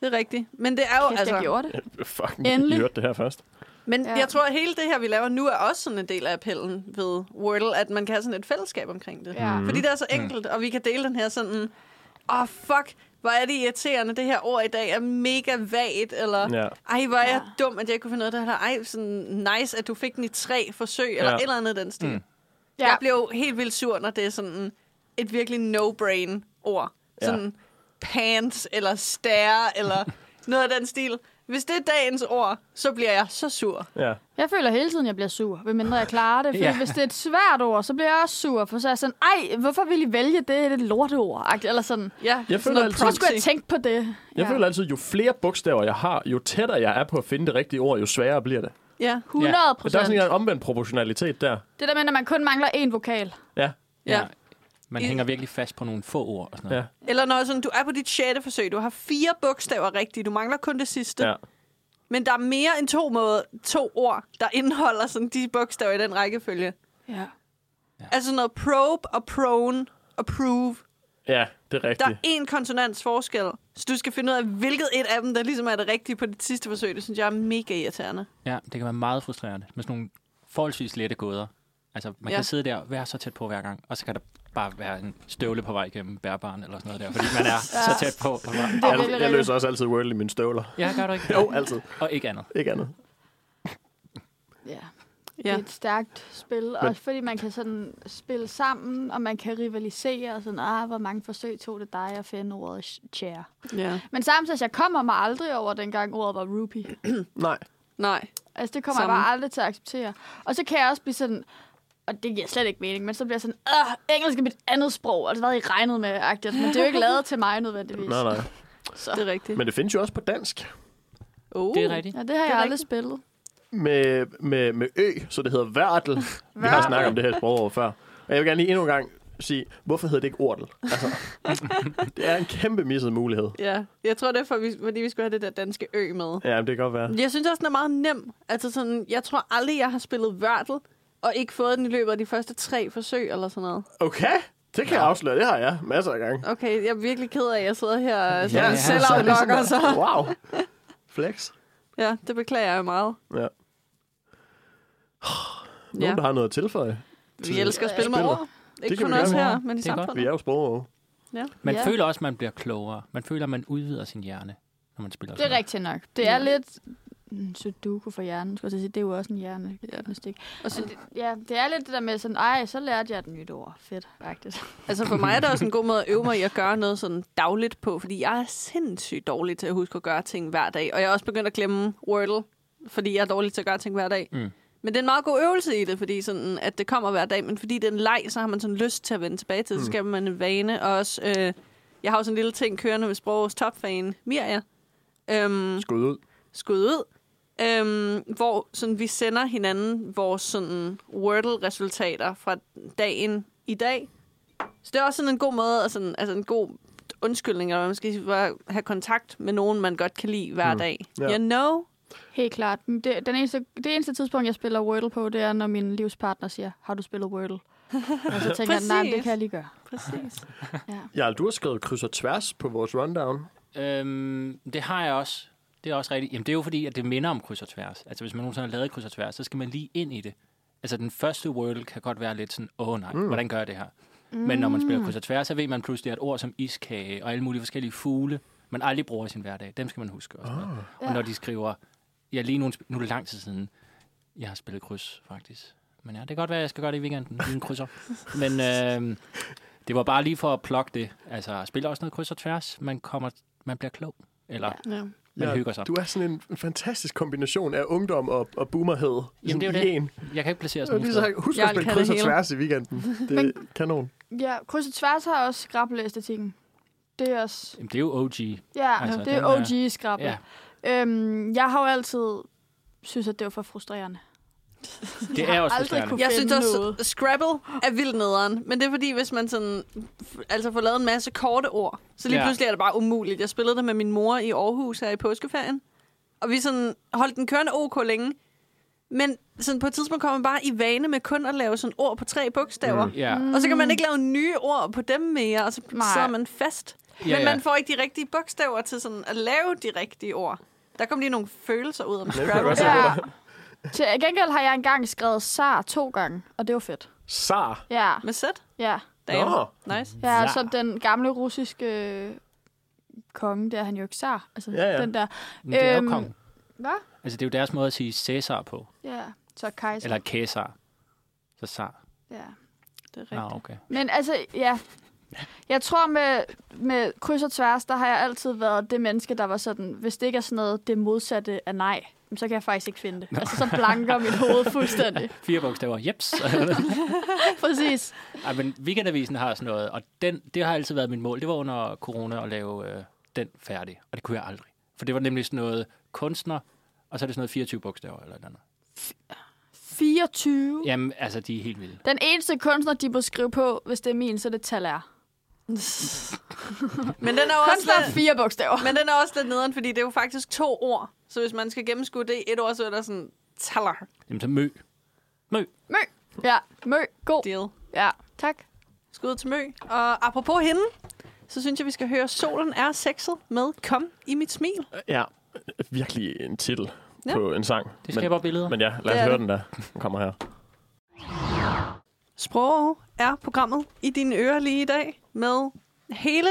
C: det er rigtigt. Men det er jo
D: Kæft,
C: altså...
D: jeg gjorde det.
F: Fucking
D: Endelig.
F: Endelig. hørte det her først.
C: Men ja.
D: Ja.
C: jeg tror, at hele det her, vi laver nu, er også sådan en del af appellen ved Wordle, at man kan have sådan et fællesskab omkring det.
D: Ja.
C: Fordi det er så
F: Mm.
C: enkelt, og vi kan dele den her sådan, åh oh, fuck, hvor er det irriterende, det her ord i dag er mega vagt, eller
F: Ja.
C: ej, hvor er jeg dum, at jeg ikke kunne finde noget af det her, ej, sådan nice, at du fik den i tre forsøg, eller
F: Ja.
C: et eller andet i den stil. Mm. Ja.
D: Ja.
C: Jeg blev jo helt vildt sur, når det er sådan et virkelig no-brain-ord.
F: Ja.
C: Sådan pants, eller stare, eller noget af den stil. Hvis det er dagens ord, så bliver jeg så sur.
F: Ja.
D: Jeg føler hele tiden, jeg bliver sur, medmindre jeg klarer det. For
E: Ja.
D: ja. hvis det er et svært ord, så bliver jeg også sur. For så er jeg sådan, ej, hvorfor ville I vælge det? Det er et lorteord. agtigt, Eller sådan,
C: Ja,
F: Jeg
C: sådan
F: føler
C: noget
F: altid-
D: hvorfor skulle jeg
C: proxy.
D: tænke på det?
F: Jeg
D: ja.
F: føler altid, jo flere bogstaver jeg har, jo tættere jeg er på at finde det rigtige ord, jo sværere bliver det.
D: 100
F: Og der er
D: procent.
F: sådan en omvendt proportionalitet der.
D: Det der med, at man kun mangler én vokal.
F: Ja.
C: Ja.
E: Man
C: I-
E: hænger virkelig fast på nogle få ord og sådan noget.
F: Ja.
C: Eller når sådan, du er på dit sjette forsøg, du har fire bogstaver rigtige, du mangler kun det sidste.
F: ja.
C: Men der er mere end to, måde, to ord, der indeholder sådan de bogstaver i den rækkefølge.
D: Ja.
C: Altså sådan noget probe og prone og prove.
F: Ja, det er
C: Der er
F: rigtigt.
C: én konsonants forskel, så du skal finde ud af, hvilket et af dem, der ligesom er det rigtige på dit sidste forsøg. Det synes jeg er mega irriterende.
E: Ja, det kan være meget frustrerende med sådan nogle forholdsvis lette gåder. Altså, man ja.
C: Ja.
E: kan sidde der og være så tæt på hver gang, og så kan der bare være en støvle på vej gennem bærbaren eller sådan noget der, fordi man er så tæt på. Og bare,
D: er virkelig
F: Jeg, jeg
D: rigtigt.
F: løser også altid Wordle i mine støvler. <laughs>
E: ja, gør du ikke?
F: Jo, altid.
E: Og ikke andet.
F: Ikke andet.
D: ja. ja.
C: Ja.
D: det er et stærkt spil. Også fordi man kan sådan spille sammen, og man kan rivalisere. Og sådan, ah, hvor mange forsøg tog det dig at finde ordet sh- chair.
C: Ja.
D: Men samtidig, altså, jeg kommer mig aldrig over, dengang ordet var rupee.
F: Nej.
C: Nej.
D: Altså, det kommer
C: Samme.
D: jeg bare aldrig til at acceptere. Og så kan jeg også blive sådan, og det giver slet ikke mening, men så bliver jeg sådan, Åh, engelsk er mit andet sprog, altså hvad havde I regnet med, agtigt. Men det er jo ikke lavet til mig nødvendigvis.
F: Nej, nej.
C: Det er rigtigt.
F: Ah. Men det findes jo også på dansk.
C: Oh.
E: Det er rigtigt.
D: Ja, det
C: Det
D: har det
C: er
D: jeg aldrig spillet.
F: med, med, med ø, så det hedder værdel. Vi har snakket om det her sprog før. Og jeg vil gerne lige endnu en gang sige, hvorfor hedder det ikke ordel? Altså, <laughs> det er en kæmpe misset mulighed.
C: Ja. Jeg tror, det er for, vi, fordi vi skulle have det der danske ø med.
F: Ja, men det kan godt være.
C: Jeg synes også, den er meget nem. Altså sådan, jeg tror aldrig, jeg har spillet Wordle, og ikke fået den i løbet af de første tre forsøg eller sådan noget.
F: Okay, det kan jeg afsløre. Det har jeg masser af gange.
C: Okay, jeg er virkelig ked af, at jeg sidder her og
E: Ja,
C: ja,
E: ja.
C: selv
F: Så er det
C: aflokker,
F: sådan der,
C: så.
F: Wow. Flex.
C: Ja, det beklager jeg jo meget.
F: Ja. Nogen,
C: Ja.
F: ja. der har noget at tilføje.
C: Vi elsker at spille med
F: Spillet.
C: ord. Ikke
F: kan
C: kun
F: vi
C: os
E: gerne.
C: her, men i
E: Det er godt.
F: Vi
C: samfundet.
F: er jo sprog.
E: Man
D: Ja.
E: føler også, at man bliver klogere. Man føler, at man udvider sin hjerne, når man spiller
D: Det er
E: sådan
D: rigtigt nok. Det er lidt mm, sudoku for hjernen, skulle jeg til at sige. Det er jo også en hjerne. Ja.
C: Og så,
D: ja, det er lidt det der med sådan, ej, så lærte jeg et nyt ord. Fedt, faktisk.
C: Altså for mig er det også en god måde at øve mig i at gøre noget sådan dagligt på, fordi jeg er sindssygt dårlig til at huske at gøre ting hver dag. Og jeg er også begyndt at glemme Wordle, fordi jeg er dårlig til at gøre ting hver dag.
E: Mm.
C: Men det er en meget god øvelse i det, fordi sådan, at det kommer hver dag. Men fordi det er en leg, så har man sådan lyst til at vende tilbage til. det. Så skaber man en vane. Og også, øh, jeg har jo sådan en lille ting kørende med sprogets topfan, Mirja. Øhm,
F: Skud ud.
C: skud ud, øhm, hvor sådan, vi sender hinanden vores sådan, Wordle-resultater fra dagen i dag. Så det er også sådan en god måde, at sådan, altså en god undskyldning, eller hvad man skal sige, for at have kontakt med nogen, man godt kan lide hver dag.
F: Ja.
C: You know?
D: <laughs> Helt klart. Men Det, den eneste, det eneste tidspunkt, jeg spiller Wordle på, det er, når min livspartner siger, har du spillet Wordle? Og så tænker jeg, nej, men det
C: Præcis.
D: kan jeg lige gøre.
C: Præcis.
F: Jarl, du har skrevet kryds og tværs på vores rundown.
E: Øhm, det har jeg også. Det er også rigtigt. Jamen, det er jo fordi, at det minder om kryds og tværs. Altså, hvis man nogensinde har lavet kryds og tværs, så skal man lige ind i det. Altså, den første world kan godt være lidt sådan, åh oh, nej, mm. hvordan gør jeg det her? Mm. Men når man spiller kryds og tværs, så ved man pludselig, at ord som iskage og alle mulige forskellige fugle, man aldrig bruger i sin hverdag, dem skal man huske også. Oh.
F: Ah.
E: Og når de skriver, ja, lige nu, nu er det lang tid siden, jeg har spillet kryds, faktisk. Men ja, det kan godt være, at jeg skal gøre det i weekenden, lige en krydser. Men øh, det var bare lige for at plukke det. Altså, spil også noget kryds og tværs. Man, kommer, man bliver klog. Eller ja.
C: Ja.
E: man ja, hygger sig.
F: Du er sådan en en fantastisk kombination af ungdom og, og boomerhed.
E: Jamen, det er jo
F: Sådan i
E: det.
F: én.
E: Jeg kan ikke placere
F: Og
E: sådan
F: lige
E: noget.
F: så husk
C: Jeg
F: at spille
C: kan
F: kryds
C: det
F: og
C: hele.
F: tværs i weekenden. Det er kanon.
D: Ja, kryds og tværs har også skrabbeleæstetikken. Det er også...
E: Jamen, det er jo OG.
D: Ja,
E: Altså,
D: altså, det er
E: den er-
D: OG-skrabbel.
E: Ja.
D: Ja. Øhm, jeg har jo altid synes, at det var for frustrerende.
E: Det er også
D: aldrig
E: frustrerende.
D: kunne-
C: Jeg synes
D: Finde
C: også,
D: noget.
C: Scrabble er vildt nederen, men det er fordi, hvis man sådan, f- altså får lavet en masse korte ord, så lige
E: Ja.
C: ja. pludselig er det bare umuligt. Jeg spillede det med min mor i Aarhus her i påskeferien, og vi sådan holdt den kørende ok længe, men sådan på et tidspunkt kommer man bare i vane med kun at lave sådan ord på tre bogstaver. Mm.
E: Ja.
C: Og så kan man ikke lave nye ord på dem mere, og så
D: Nej.
C: sidder man fast.
E: Ja,
C: Ja, men
E: ja.
C: man får ikke de rigtige bogstaver til sådan at lave de rigtige ord. Der kom lige nogle følelser ud om Scrabble.
D: Ja. Til gengæld har jeg engang skrevet SAR to gange, og det var fedt.
F: Sar.
D: Ja,
C: Med sæt.
D: ja.
F: Nå.
C: Nice.
D: Ja,
E: Zar.
D: så den gamle russiske øh, konge, der er han jo ikke zar. Altså,
F: Ja, ja.
D: den der.
E: Men det er jo
D: Øhm,
E: kong.
D: Hvad?
E: Altså, det er jo deres måde at sige Cæsar på.
D: Ja, så
C: Altså-
D: kejser.
E: Eller kæsar. Så sar.
D: Ja.
C: Det er rigtigt.
E: Ah, okay.
D: Men altså, ja. Jeg tror med, med kryds og tværs, der har jeg altid været det menneske, der var sådan, hvis det ikke er sådan noget, det modsatte af nej, jamen, så kan jeg faktisk ikke finde det. Altså, så blanker mit hoved fuldstændig.
E: <laughs> Fire bogstaver. Jeps. <laughs>
D: Præcis.
E: Ej, men Weekendavisen har sådan noget, og den, det har altid været mit mål. Det var under corona at lave øh, den færdig, og det kunne jeg aldrig. For det var nemlig sådan noget kunstner, og så er det sådan noget 24 bogstaver eller noget andet.
C: Uh.
D: 24. Ja.
E: Jamen, altså, de er helt vilde.
D: Den eneste kunstner, de må skrive på, hvis det er min, så er det tal er.
C: <laughs> Men den er jo også
D: Kunstner
C: lidt-
D: er fire bogstaver.
C: Men den er også lidt nederen, fordi det er jo faktisk to ord. Så hvis man skal gennemskue det i et ord, så er der sådan taller
E: Jamen, så mø.
D: Mø. Ja, mø. God.
C: deal.
D: Ja, tak.
C: Skud til mø. Og apropos hende, så synes jeg, vi skal høre Solen er sexet med Kom i mit smil.
F: Ja, virkelig en titel
C: Ja.
F: ja. på en sang.
E: Det skaber billeder.
F: men, men ja, lad
C: Det
F: os
C: er
F: høre
C: det.
F: den der. Den kommer her.
C: Sprog er programmet i dine ører lige i dag med hele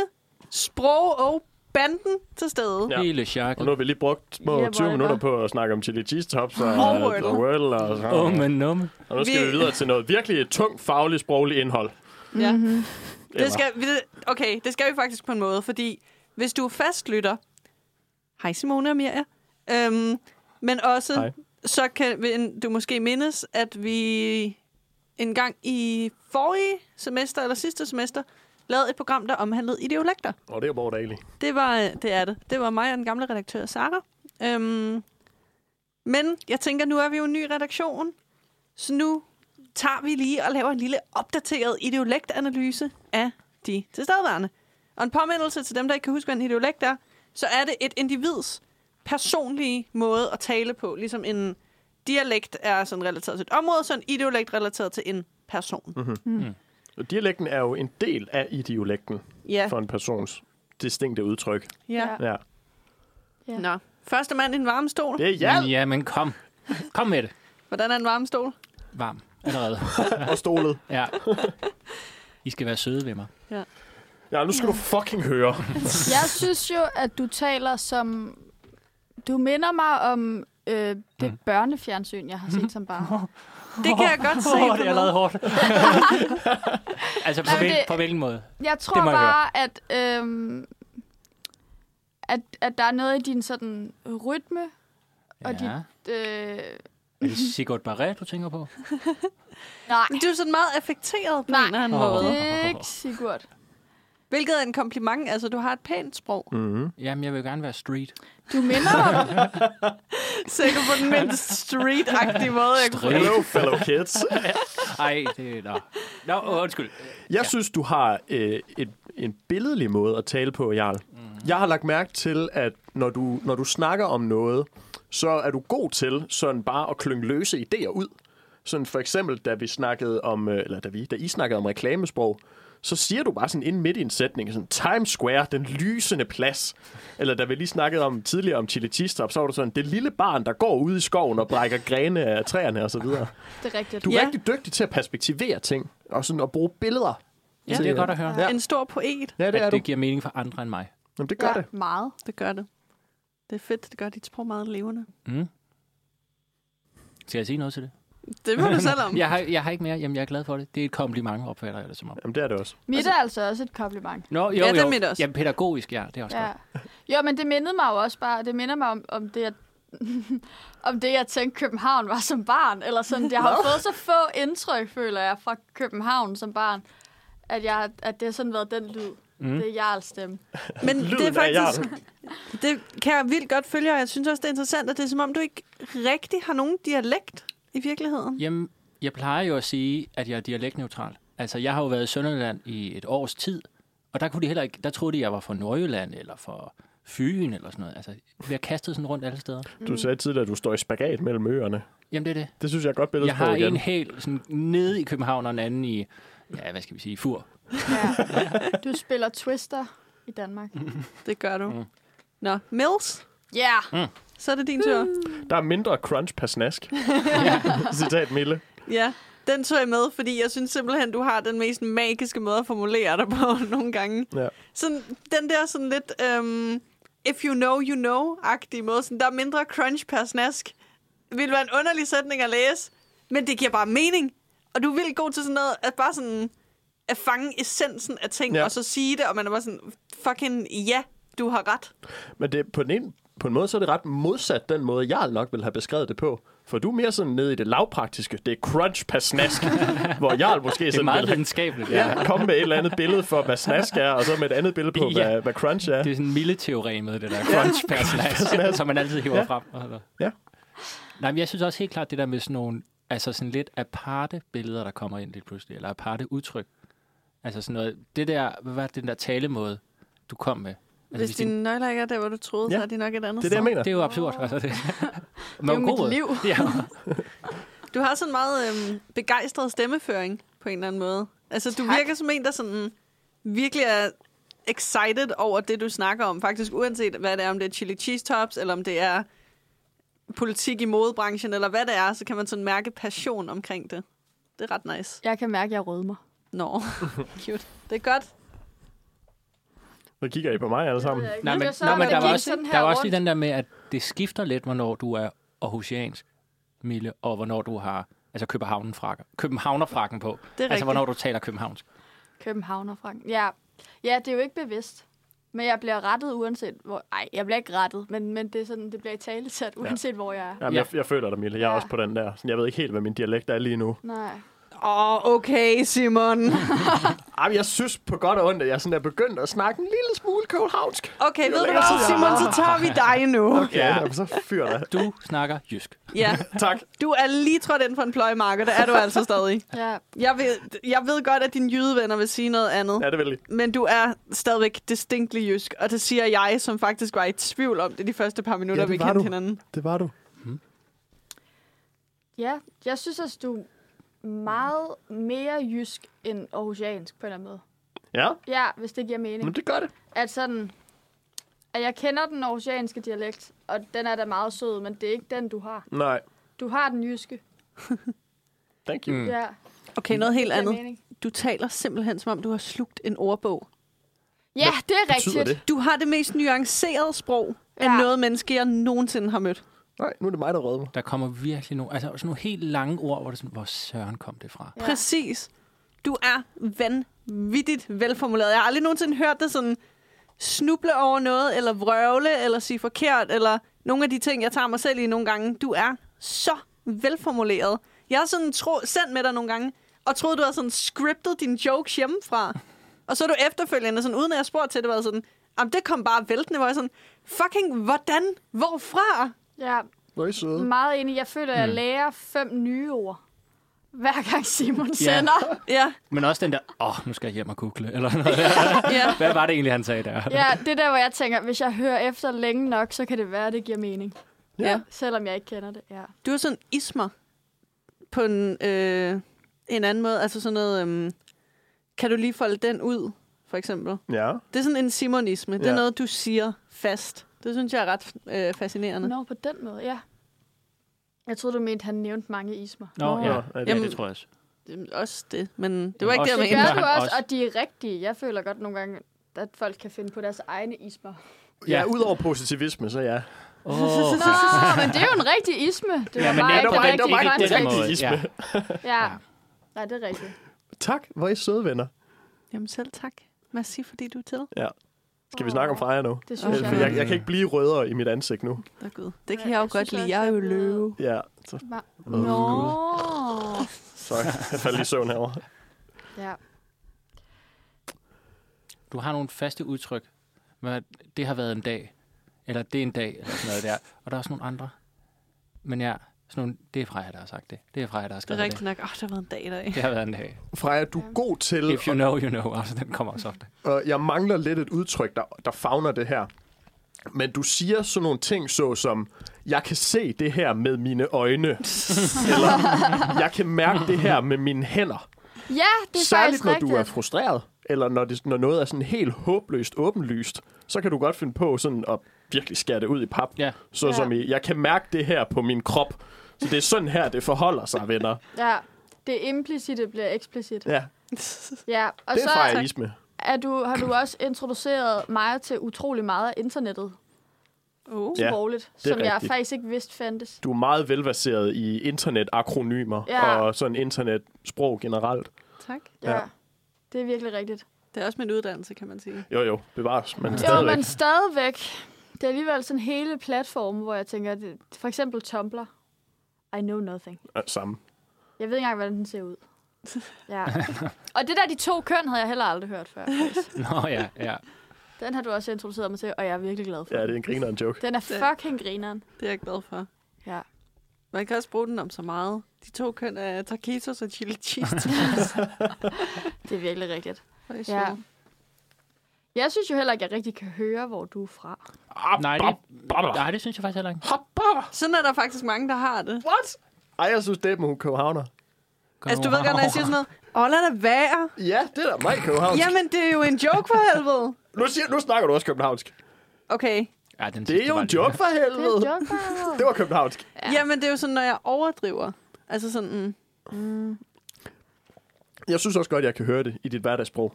C: sprog og banden til stede.
F: Ja.
E: Ja. Hele chak.
F: Og nu har vi lige brugt små
D: Ja,
F: 20
D: whatever.
F: minutter på at snakke om chili cheese tops og,
C: Og
F: og,
C: Wordle.
F: og Wordle og sådan
E: Åh,
F: noget.
E: men numme.
F: Og nu skal vi
C: Vi-
F: videre til noget virkelig tungt, fagligt, sprogligt indhold.
C: Ja.
D: Mhm.
C: Mm-hmm.
F: Emma.
C: Det skal, vi, okay, det skal vi faktisk på en måde, fordi hvis du fastlytter... Hej Simone og Mirja. Øhm, men også,
F: Hej.
C: Hej. så kan vi- du måske mindes, at vi en gang i forrige semester, eller sidste semester, lavede et program, der omhandlede ideolekter.
F: Og det er jo Borg Daly.
C: Det var, det er det. Det var mig og den gamle redaktør, Sara. Øhm, men jeg tænker, nu er vi jo en ny redaktion, så nu tager vi lige og laver en lille opdateret ideolektanalyse af de tilstedeværende. Og en påmindelse til dem, der ikke kan huske, hvad en ideolekt er, så er det et individs personlige måde at tale på, ligesom en dialekt er sådan relateret til et område, så en ideolekt relateret til en person.
F: Mm.
C: Mm-hmm.
F: Og dialekten er jo en del af ideolekten
C: Ja.
F: for en persons distinkte udtryk.
C: ja.
F: Ja.
C: Nå. Første mand i en varme stol.
F: Det er
E: Ja.
F: hjælp!
E: ja, men kom. Kom med det.
C: Hvordan er en varme stol?
E: Varm. Allerede.
F: og stolet.
E: Ja. I skal være søde ved mig.
F: Ja, nu skal du fucking høre.
D: Jeg synes jo, at du taler som... Du minder mig om øh, det børnefjernsyn, jeg har set som barn.
C: Det kan jeg godt se.
E: Åh,
C: på
E: det er
C: noget.
E: allerede
C: <laughs>
E: hårdt. altså, på,
D: Jamen,
E: hvil,
D: det-
E: på hvilken måde?
D: Jeg tror
E: Det må jeg
D: bare, at, øhm, at, at der er noget i din sådan rytme. øh, Og dit,
E: Ja.
D: øh,
E: Er det Sigurd Barret, du tænker på?
D: nej,
C: Men Du er sådan meget affekteret på
D: Nej.
C: en eller anden
E: Åh.
C: måde.
D: det er ikke Sigurd.
C: Hvilket er en kompliment. Altså, du har et pænt sprog. <laughs> Mm.
E: Jamen, jeg vil jo gerne være street.
D: Du minder mig om
C: Sikkert på den mindst street-agtige måde. Jeg kunne...
E: Street.
F: Hello, fellow kids.
E: Ej, det er... Nå, Nå undskyld.
F: Jeg synes, du har øh, et, en billedlig måde at tale på, Jarl. Mm. Jeg har lagt mærke til, at når du, når du snakker om noget, så er du god til sådan bare at klynge løse idéer ud. Sådan for eksempel, da vi snakkede om, øh, eller da, vi, da I snakkede om reklamesprog, så siger du bare sådan ind midt i en sætning, sådan Times Square, den lysende plads. Eller da vi lige snakkede om tidligere om Chili Cheese Top, så var du sådan, det lille barn, der går ude i skoven og brækker grene af træerne osv.
D: det rigtigt.
F: Du er ja.
C: Ja.
F: rigtig dygtig til at perspektivere ting, og sådan at bruge billeder
E: Ja, det er godt at høre.
F: Ja.
C: En stor poet.
F: Ja, det er
E: At
F: du.
E: det giver mening for andre end mig.
F: Jamen, det gør ja. det.
D: meget.
C: Det gør det. Det er fedt. Det gør dit sprog meget levende.
E: Mm. Skal jeg sige noget til det?
C: Det må du selv <laughs> om.
E: Jeg har, jeg har ikke mere. Jamen, jeg er glad for det. Det er et kompliment, opfatter jeg det som om.
F: Jamen, det er det også.
D: Mit er altså også et kompliment.
E: Nå, jo,
C: Ja, det er
E: jo.
C: mit også.
E: Jamen, pædagogisk, ja. Det er også ja.
D: Ja.
E: godt.
D: Jo, men det mindede mig jo også bare, det minder mig om, om det, jeg, <laughs> om det, jeg tænkte, København var som barn. Eller sådan, jeg har jo fået så få indtryk, føler jeg, fra København som barn, at, jeg, at det har sådan været den lyd. Mm. Det er Jarls stemme.
C: Men det er
F: Lyden af
C: faktisk... Det kan jeg vildt godt følge, og jeg synes også, det er interessant, at det er som om, du ikke rigtig har nogen dialekt i virkeligheden.
E: Jamen, jeg plejer jo at sige, at jeg er dialektneutral. Altså, jeg har jo været i Sønderjylland i et års tid, og der, kunne de heller ikke, der troede de, jeg var fra Nordjylland eller fra Fyn eller sådan noget. Altså, jeg bliver kastet sådan rundt alle steder.
F: Du sagde tidligere, at du står i spagat mellem øerne.
E: Jamen, det er det.
F: Det synes jeg er et godt
E: Jeg
F: billede på
E: har
F: igen.
E: en helt sådan, nede i København og en anden i, ja, hvad skal vi sige, i Fur.
D: Ja. Du spiller Twister i Danmark.
C: Det gør du. Mm. Nå, Mills,
D: Ja,
E: Mm.
D: yeah.
C: så er det din tur.
F: Der er mindre crunch per
E: <laughs>
F: snask. Citat Mille.
C: Ja, den tog jeg med, fordi jeg synes simpelthen, du har den mest magiske måde at formulere dig på <laughs> nogle gange.
F: Ja.
C: Sådan, den der sådan lidt, øhm, if you know, you know-agtige måde, sådan, der er mindre crunch per snask, vil være en underlig sætning at læse, men det giver bare mening. Og du er vildt god til sådan noget, at bare sådan, at fange essensen af ting,
F: Ja.
C: ja. og så sige det, og man er bare sådan, fucking ja, du har ret.
F: Men det, på, den ene, på en måde så er det ret modsat den måde, jeg nok vil have beskrevet det på. For du er mere sådan nede i det lavpraktiske. Det er crunch per
E: <laughs>
F: snask. hvor Jarl måske
E: Det er
F: sådan
E: meget
F: vil
E: videnskabeligt. Ja.
F: ja, komme med et eller andet billede for, hvad snask er, og så med et andet billede på,
E: Ja.
F: ja. hvad, hvad crunch er.
E: Det er sådan milde teoremet, det der crunch per slash, <laughs> som man altid hiver ja. frem. Eller?
F: Ja.
E: Nej, men jeg synes også helt klart, det der med sådan nogle altså sådan lidt aparte billeder, der kommer ind lidt pludselig, eller aparte udtryk. Altså sådan noget, det der, hvad var det, den der talemåde, du kom med? Altså,
C: Hvis dine nøgler ikke er der, hvor du troede,
F: Ja.
C: ja. så er de nok et andet
F: Det er det, jeg
C: sted.
F: mener.
E: det er jo absurd. Altså, det, <laughs>
D: det er jo mit liv. <laughs>
E: Ja.
C: Du har sådan meget øhm, begejstret stemmeføring på en eller anden måde. Altså, du
D: Tak.
C: virker som en, der sådan virkelig er excited over det, du snakker om. Faktisk uanset, hvad det er, om det er chili cheese tops, eller om det er politik i modebranchen, eller hvad det er, så kan man sådan mærke passion omkring det. Det er ret nice. <laughs>
D: Jeg kan mærke, at jeg rødmer.
C: Nå, cute. Det er godt.
F: Så kigger I på mig alle sammen.
E: Nej, men,
D: så
E: nej, men
D: man
E: der var
D: gik
E: også,
D: sådan her
E: der var også
D: rundt.
E: lige den der med, at det skifter lidt, hvornår du er aarhusiansk, Mille, og hvornår du har altså Københavnerfrakken, Københavnerfrakken på.
C: Det er
E: altså,
C: rigtigt.
E: hvornår du taler københavnsk.
D: Københavner, Frank. Ja. ja, det er jo ikke bevidst. Men jeg bliver rettet uanset hvor... Nej, jeg bliver ikke rettet, men, men det, er sådan, det bliver i tale sat, uanset ja. hvor jeg er.
F: Jamen,
E: Ja.
F: jeg, jeg føler dig, Mille. Jeg er
D: Ja.
F: også på den der. Sådan, Jeg ved ikke helt, hvad min dialekt er lige nu.
D: Nej.
C: Åh, oh, okay, Simon.
F: Ej, jeg synes på godt og ondt, at jeg sådan er begyndt at snakke en lille smule københavnsk.
C: Okay, ved du
F: længere
C: hvad, så
F: tid, jeg
C: Simon, så tager vi dig nu.
F: Okay, ja. jamen, så fyr dig.
E: Du snakker jysk.
C: Ja,
F: Tak.
C: du er lige trådt ind for en pløjemark, og det er du altså stadig.
D: Ja.
C: Jeg ved, jeg ved godt, at dine jydevenner vil sige noget andet,
F: Ja, det er vel
C: men du er stadigvæk distinctly jysk, og det siger jeg, som faktisk var i tvivl om det de første par minutter,
F: Ja, det
C: vi
F: var
C: kendte
F: du.
C: hinanden.
F: Det var du.
D: ja, jeg synes, at du er meget mere jysk end aarhusiansk på en eller anden måde.
F: Ja,
D: Ja, hvis det giver mening.
F: men det gør det.
D: At sådan... At jeg kender den aarhusianske dialekt, og den er da meget sød, men det er ikke den, du har.
F: Nej.
D: Du har den jyske.
F: Thank you. Mm.
D: Mm. Ja,
C: Okay, noget helt
D: det giver
C: andet.
D: mening.
C: Du taler simpelthen, som om du har slugt en ordbog.
D: Ja, det er
F: betyder
D: rigtigt.
F: det?
C: Du har det mest nuancerede sprog, ja.
D: Ja.
C: end noget menneske, jeg nogensinde har mødt.
F: Nej, nu er det mig, der rødder mig.
E: Der kommer virkelig nogle, altså sådan nogle helt lange ord, hvor det er sådan, hvor søren kom det fra?
D: Ja.
C: Præcis. Du er vanvittigt velformuleret. Jeg har aldrig nogensinde hørt det sådan snuble over noget, eller vrøvle, eller sige forkert, eller nogle af de ting, jeg tager mig selv i nogle gange. Du er så velformuleret. Jeg har sådan tro, sendt med dig nogle gange, og troede, du havde sådan scriptet dine jokes hjemmefra. Og så er du efterfølgende, sådan, uden at jeg spurgte til det, var sådan, jamen det kom bare væltende, hvor jeg sådan, fucking, hvordan? Hvorfra?
D: Ja,
F: Hvor er I søde.
D: meget enig. Jeg føler, at jeg lærer fem nye ord, hver gang Simon <laughs> sender.
C: Ja,
E: Men også den der, åh, oh, nu skal jeg hjem og google, eller noget.
C: ja.
E: <laughs> Hvad var det egentlig, han sagde der?
D: Ja, det er der, hvor jeg tænker, hvis jeg hører efter længe nok, så kan det være, at det giver mening.
C: Ja.
D: Selvom jeg ikke kender det, ja.
C: Du er sådan ismer på en, øh, en anden måde. Altså sådan noget, øhm, kan du lige folde den ud, for eksempel?
F: Ja.
C: Det er sådan en simonisme. Det
F: Ja.
C: er noget, du siger fast. Det synes jeg er ret øh, fascinerende.
D: Nå, på den måde, ja. Jeg troede, du mente, han nævnte mange ismer.
E: Nå, ja,
F: ja, det-
E: ja,
C: Jamen,
E: det tror jeg også.
C: Det er Også det, men det var ikke
E: Også
C: det, jeg
D: Det gør
C: mente.
E: Jamen,
D: du
E: han
D: også,
E: også.
D: og de er rigtige. Jeg føler godt nogle gange, at folk kan finde på deres egne ismer.
F: Ja, udover positivisme, så ja.
E: Åh,
D: <laughs> Nå,
C: <laughs>
D: men det er jo en rigtig isme. Det var
E: Ja, men
D: bare
E: netop,
D: ikke
E: det var
D: rigtig
E: ikke den
D: kontekst.
E: måde.
F: isme.
E: Ja.
D: Ja. Nej, det er rigtigt.
F: Tak, hvor er I søde venner.
C: Jamen selv tak. Merci, fordi du er til.
F: Skal vi snakke om Freja nu?
D: Det synes
F: Øh, for
D: jeg.
F: Jeg, jeg kan ikke blive rødere i mit ansigt nu.
C: Åh, Gud. Det kan
D: Ja,
C: jeg jo
D: jeg
C: godt
D: synes
C: lide.
D: også,
C: Jeg er jo
D: jeg er blevet-
C: løve.
F: Ja, så
D: Nå.
F: sorry. Jeg faldt lige i søvn herovre.
D: Ja.
E: Du har nogle faste udtryk. Men det har været en dag, eller det er en dag, eller sådan noget der. Og der er også nogle andre. Men ja, sådan nogle, det er Freja, der har sagt det. Det er Freja, der har
C: Det
E: skrevet
C: er
E: det.
C: rigtigt nok. Åh, der har været en dag i dag.
E: Det har været en dag.
F: Freja, du er god til,
E: If you know, you know. Altså, den kommer også ofte.
F: og jeg mangler lidt et udtryk, der, der fagner det her. Men du siger sådan nogle ting, såsom, jeg kan se det her med mine
D: <laughs>
F: øjne. Eller, jeg kan mærke det her med mine hænder.
D: Ja, det er
F: Særligt,
D: faktisk
F: når
D: rigtigt.
F: du er frustreret, eller når, det, når noget er sådan helt håbløst åbenlyst, så kan du godt finde på sådan at virkelig skære det ud i pap.
E: Ja.
F: Så ja. som i, jeg kan mærke det her på min krop. Så det er sådan her, det forholder sig, venner.
D: Ja, det implicite bliver eksplicit.
F: Ja,
D: Ja, og
F: det er
D: så
F: fejlisme.
D: er du, har du også introduceret mig til utrolig meget af internettet,
C: <laughs> Oh.
F: Ja,
D: sprogligt,
F: det er
D: som jeg
F: rigtigt.
D: faktisk ikke vidste fandtes.
F: Du er meget velverseret i internet-akronymer
D: Ja.
F: og sådan internetsprog generelt.
C: Tak.
D: Ja.
F: Ja.
D: Det er virkelig rigtigt.
C: Det er også min uddannelse, kan man sige.
F: Jo, jo, bevares, men
D: Jo,
F: stadigvæk.
D: men stadigvæk. Det er alligevel sådan hele platformen, hvor jeg tænker, det, for eksempel Tumblr. I know nothing.
F: Øh, Samme.
D: Jeg ved ikke engang, hvordan den ser ud.
F: <laughs>
D: Ja. Og det der, de to køn, havde jeg heller aldrig hørt før. faktisk.
E: Nå, ja, ja.
D: Den har du også introduceret mig til, og jeg er virkelig glad for.
F: Ja, det er en griner og en joke.
D: Den er fucking grineren.
C: Det er jeg glad for.
D: Ja.
C: Man kan også bruge den om så meget. De to køn er taquitos og chili cheese.
F: <laughs>
D: Det er virkelig rigtigt.
C: Hvor er I
D: Ja.
C: søde.
D: Jeg synes jo heller ikke, at jeg rigtig kan høre, hvor du er fra.
E: Nej, det, nej, det synes jeg faktisk heller ikke.
C: Sådan er der faktisk mange, der har det. What?
F: Ej, jeg synes, det er med hun københavner.
E: Kom
C: Altså, du ved godt, når jeg siger sådan noget, åh, lad det være.
F: Ja, det er da mig københavnsk.
C: Jamen, det er jo en joke for helvede.
F: Nu, siger, nu snakker du også københavnsk.
C: Okay.
E: Ja, den
F: Det
E: sidste
F: er jo
E: var
F: en
E: lidt-
F: joke for
D: Det er
F: helvede.
D: en joke,
F: <laughs>
D: bare.
F: Det var københavnsk.
D: Ja.
C: Ja. Jamen, det er jo sådan, når jeg overdriver. Altså sådan, mm,
F: Jeg synes også godt, jeg kan høre det i dit hverdagssprog.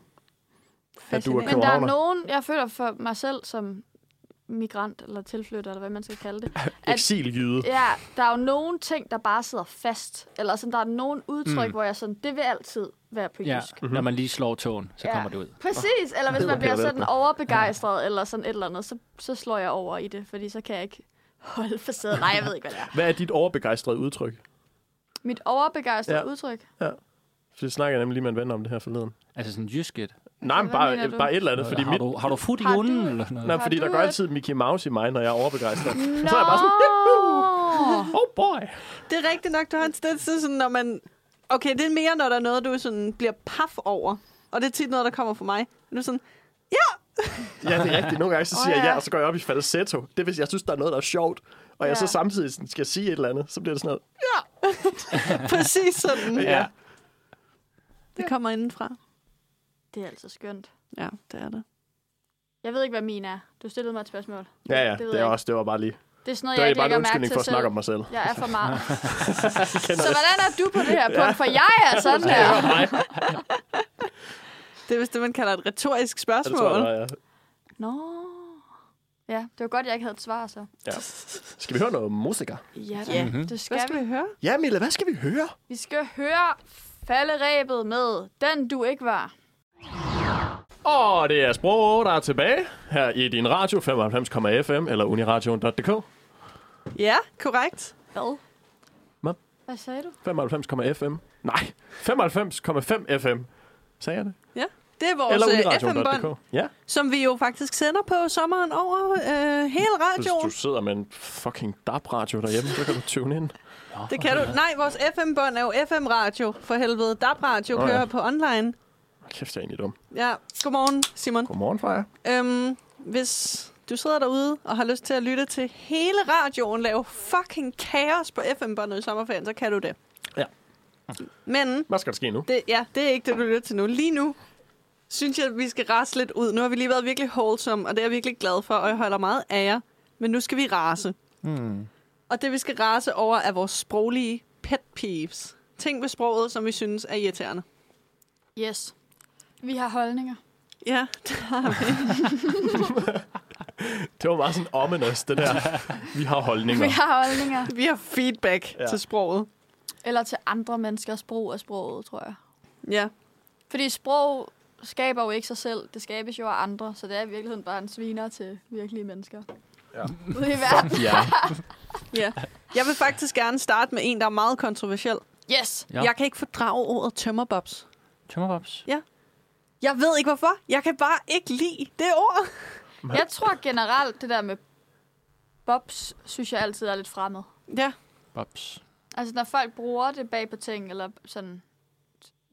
F: at du er
C: Fascinerende.
D: Men der er
F: københavner.
D: nogen, jeg føler for mig selv som migrant eller tilflytter, eller hvad man skal
F: <laughs>
D: kalde det. at-
F: Eksiljyde.
D: Ja, der er jo nogle ting, der bare sidder fast. Eller sådan, der er nogle udtryk, mm.
E: Mm.
D: hvor jeg sådan, det vil altid være på
E: Ja,
D: jysk.
E: mm-hmm.
F: Mhm.
E: når man lige slår tågen, så
D: Ja.
E: ja. kommer det ud.
D: Præcis, eller hvis
F: Det var
D: man bliver
F: Peter
D: sådan overbegejstret, eller sådan et eller andet, så, så slår jeg over i det, fordi så kan jeg ikke holde facaden. Nej, jeg ved ikke, hvad det
F: <laughs>
D: er.
F: Hvad er dit overbegejstrede udtryk?
D: Mit overbegejstrede
F: Ja.
D: ja. udtryk.
F: For det snakker jeg nemlig lige med en ven om det her forleden.
E: Altså sådan jysket.
F: Nej, men
D: Hvad mener
F: bare,
D: du?
F: bare et eller andet, fordi,
E: Fordi har,
F: mit,
E: du, har du fod i
D: Har du-
E: hunden eller sådan noget?
F: nej,
D: Har
F: fordi
D: du
F: der går
D: et-
F: altid Mickey Mouse i mig, når jeg er overbegejstret.
D: Nå!
F: Så er jeg bare sådan, oh boy.
C: Det er rigtigt nok, du har en sted til sådan, når man... Okay, det er mere, når der er noget, du sådan bliver paf over. Og det er tit noget, der kommer fra mig. Du
F: <laughs>
C: er sådan,
F: Ja, det er rigtigt. Nogle gange så
D: Åh,
F: siger jeg ja,
D: ja.
F: og så går jeg op i falsetto. Det er, hvis jeg synes, der er noget, der er sjovt, og jeg så
D: Ja.
F: samtidig sådan skal sige et eller andet, så bliver det sådan noget.
C: præcis sådan.
F: Ja.
C: Det kommer indenfra.
D: Det er altså skønt.
C: Ja, det er det.
D: Jeg ved ikke, hvad min er. Du stillede mig et spørgsmål.
F: Ja, ja,
D: Det ved
F: det, det er
D: jeg
F: også, det var bare lige.
D: Det er sådan noget,
F: Det var
D: jeg
F: egentlig
D: ikke
F: bare en
D: lægger mærke
F: undskyldning
D: til
F: for at snakke
D: selv.
F: om mig selv.
D: Jeg er
F: <laughs>
D: for meget. så hvordan er du på det her punkt? For jeg er sådan her.
C: Det er vist det, man kalder et retorisk
F: Ja,
C: spørgsmål.
F: det tror jeg, ja.
D: Nå. Ja, det var godt, jeg ikke havde et svar, så.
F: Skal vi høre noget musik?
D: Ja, da.
E: Mhm.
D: Mm-hmm. det skal,
C: Hvad skal
D: vi.
C: vi høre?
F: Ja, Mille, hvad skal vi høre?
D: Vi skal høre falderæbet med Den du ikke var.
F: Og oh, det er Sprog, der er tilbage her i din radio 95,fm eller uniradio.dk.
C: Ja, korrekt.
D: Hvad?
F: Hvad?
D: Hvad sagde du?
F: 95,fm. Nej, 95,5 FM. Sagde jeg det?
C: Det er vores
F: Eller
C: øh, FM-bånd,
F: uniradio.dk. Ja,
C: som vi jo faktisk sender på sommeren over øh, hele
F: hvis du
C: radioen.
F: sidder med en fucking DAB-radio derhjemme, så kan du tune ind.
C: Det kan du. Nej, vores FM-bånd er jo FM-radio. For helvede, DAB-radio
F: Nå ja.
C: kører på online.
F: Hold Kæft, jeg er egentlig dum.
C: Ja, godmorgen, Simon.
F: Godmorgen, Freja.
C: Øhm, hvis du sidder derude og har lyst til at lytte til hele radioen lave fucking kaos på FM-båndet i sommerferien, så kan du det.
F: Ja.
C: Men
F: Hvad skal der ske nu?
C: det, ja, det er ikke det, du lytter til nu. Lige nu synes jeg, at vi skal rase lidt ud. Nu har vi lige været virkelig wholesome, og det er jeg virkelig glad for, og jeg holder meget af jer. Men nu skal vi rase.
B: Mm.
C: Og det, vi skal rase over, er vores sproglige pet peeves. Ting ved sproget, som vi synes er irriterende.
D: Yes. Vi har holdninger.
C: Ja,
F: Det var bare sådan ominous, det <laughs> der. Vi har holdninger.
D: <laughs> Vi har holdninger.
C: vi har feedback
F: Ja.
C: ja. til sproget.
D: Eller til andre menneskers brug af sproget, tror jeg.
C: Ja,
D: Fordi sprog skaber jo ikke sig selv. Det skabes jo af andre. Så det er i virkeligheden bare en sviner til virkelige mennesker.
F: Ja.
D: <laughs> Ude i verden.
F: Ja.
C: ja. Jeg vil faktisk gerne starte med en, der er meget kontroversiel.
D: Yes.
E: Ja.
C: Jeg kan ikke fordrage ordet tømmerbobs.
E: Tømmerpops.
C: Jeg ved ikke hvorfor. Jeg kan bare ikke lide det ord.
D: Jeg tror generelt, det der med bobs, synes jeg altid er lidt fremmed.
C: Ja,
E: Bobs.
D: Altså, når folk bruger det bag på ting, eller sådan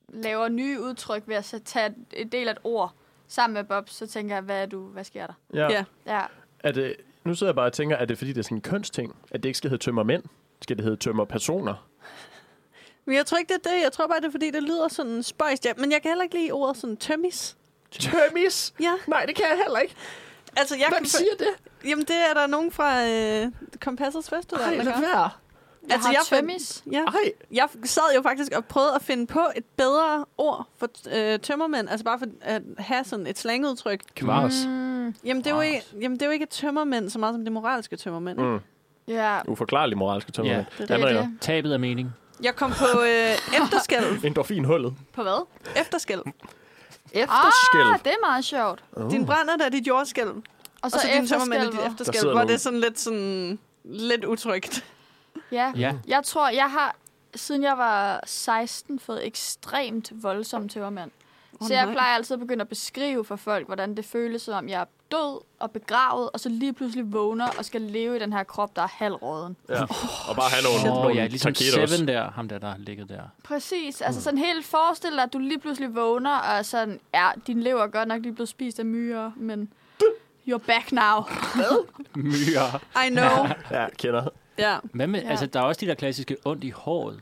D: laver nye udtryk ved at så tage en del af et ord sammen med bobs, så tænker jeg, hvad er du, hvad sker der?
F: ja.
C: Ja.
F: ja.
D: Ja.
F: Er det, nu sidder jeg bare og tænker, er det fordi, det er sådan en kønsting? At det ikke skal hedde tømmermænd? Skal det hedde tømmerpersoner?
C: men jeg tror ikke, det er det. Jeg tror bare, det er, fordi det lyder sådan spøjst. Ja, men jeg kan heller ikke lide ordet sådan tømmis.
F: Tømmis?
C: Ja,
F: Nej, det kan jeg heller ikke.
C: altså jeg
F: Hvem
C: kan...
F: siger det?
C: Jamen, det er der nogen fra øh, Kompassets Festival, der
F: Ej, lad
C: gør.
F: være.
D: Jeg
C: Altså,
D: altså, har
C: jeg
D: jeg
C: fandt-
D: tømmis.
C: Ja.
F: Ej,
C: Jeg sad jo faktisk og prøvede at finde på et bedre ord for øh, tømmermænd. Altså bare for at have sådan et slangudtryk.
F: kvars.
D: Mm,
C: Jamen det, er jo ikke, jamen, det er jo ikke et tømmermænd så meget som det moralske tømmermænd. Mm.
F: Mm.
D: ja,
F: Uforklarlig moralske tømmermænd.
E: Ja,
F: Yeah.
D: det er det.
E: Tabet af mening.
F: Mhm.
C: Jeg kom på øh, efterskælv.
F: Endorfinhullet.
D: På hvad?
C: efterskælv.
D: Ah, det er meget sjovt.
C: Din brænder der er dit jordskælv.
D: Og
C: Og
D: så,
C: så din tømmermænd er dit
D: efter...
F: Der
C: efterskælv,
F: sidder
C: hvor
F: nogen.
C: det er sådan lidt sådan lidt utrygt.
D: Ja.
E: Ja.
D: Jeg tror, jeg har, siden jeg var 16, fået ekstremt voldsom tømmermand.
C: Åh,
D: Oh, så jeg
C: nej.
D: plejer altid at begynde at beskrive for folk, hvordan det føles, som om jeg er død og begravet, og så lige pludselig vågner og skal leve i den her krop, der er halvråden.
F: Ja. Og bare have nogle,
E: Åh,
F: nogle
E: ja, ligesom
F: taketos.
E: Seven der, ham der, der har
F: <laughs>
E: ligget der.
D: Præcis. Altså sådan helt forestil dig, at du lige pludselig vågner, og er sådan, ja, din lever er godt nok lige blevet spist af myrer, men you're back now.
E: Myrer.
C: I know.
F: Ja, kender.
C: ja.
E: Hvad med,
D: Ja.
E: ja. altså, der er også de der klassiske ondt i håret.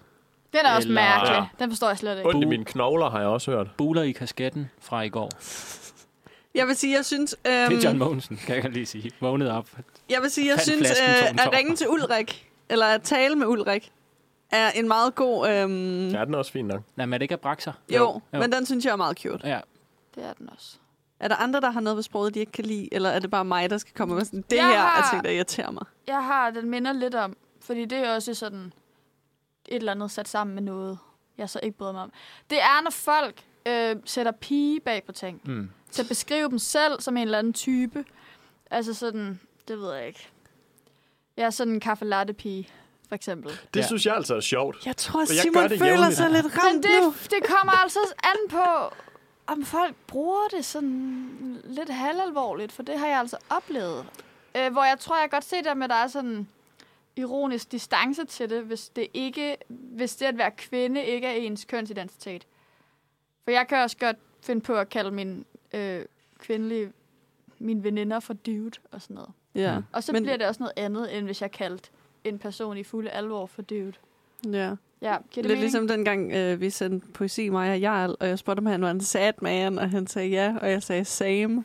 D: Den er også
E: Eller-
D: mærkelig. Den forstår jeg slet ikke.
F: Ondt i mine knogler har jeg også hørt.
E: Buler i kasketten fra i går.
D: Øhm.
C: Jeg vil sige, jeg synes... Øhm,
E: Det er John Mogensen, kan jeg lige sige. Vågnet op.
C: Jeg vil sige, jeg
E: Fandt
C: synes,
E: flasken,
C: øh,
E: tog den
C: at
E: tom.
C: ringe til Ulrik, eller at tale med Ulrik, er en meget god... Øhm, ja.
F: Ja, den er også fin nok.
E: Nej, men er det ikke at brække sig?
C: jo, jo,
E: Jo.
C: men den synes jeg er meget cute.
E: Ja,
D: Det er den også.
C: Er der andre, der har noget ved sproget, de ikke kan lide? Eller er det bare mig, der skal komme med sådan, det
D: Jeg
C: her er
D: har-
C: ting, der irriterer mig?
D: Jeg har den minder lidt om, fordi det er også sådan et eller andet sat sammen med noget, jeg så ikke bryder mig om. Det er, når folk øh, sætter pige bag på ting.
E: Mm.
D: Så beskrive dem selv som en eller anden type. Altså sådan, det ved jeg ikke. Jeg er sådan en kaffe latte pige, for eksempel.
F: Det
E: Ja.
F: synes jeg altså er sjovt.
C: Jeg tror,
F: jeg
C: Simon
F: gør det
C: føler
F: jævnligt.
C: sig lidt
D: Men
C: ramt nu.
D: det, det kommer altså an på, om folk bruger det sådan lidt halvalvorligt, for det har jeg altså oplevet. Øh, hvor jeg tror, jeg kan godt se der med, at der er sådan ironisk distance til det, hvis det ikke, hvis det at være kvinde ikke er ens kønsidentitet. For jeg kan også godt finde på at kalde min øh, kvindelige mine veninder for dude og sådan noget.
C: Ja.
D: Og så
C: Men-
D: Men... bliver det også noget andet, end hvis jeg kaldte en person i fulde alvor for dude.
C: ja.
D: Ja, giver det
C: Lidt
D: mening?
C: ligesom dengang, øh, vi sendte poesi, mig og Jarl, og jeg spurgte, om han var en sad man, og han sagde ja, og jeg sagde same.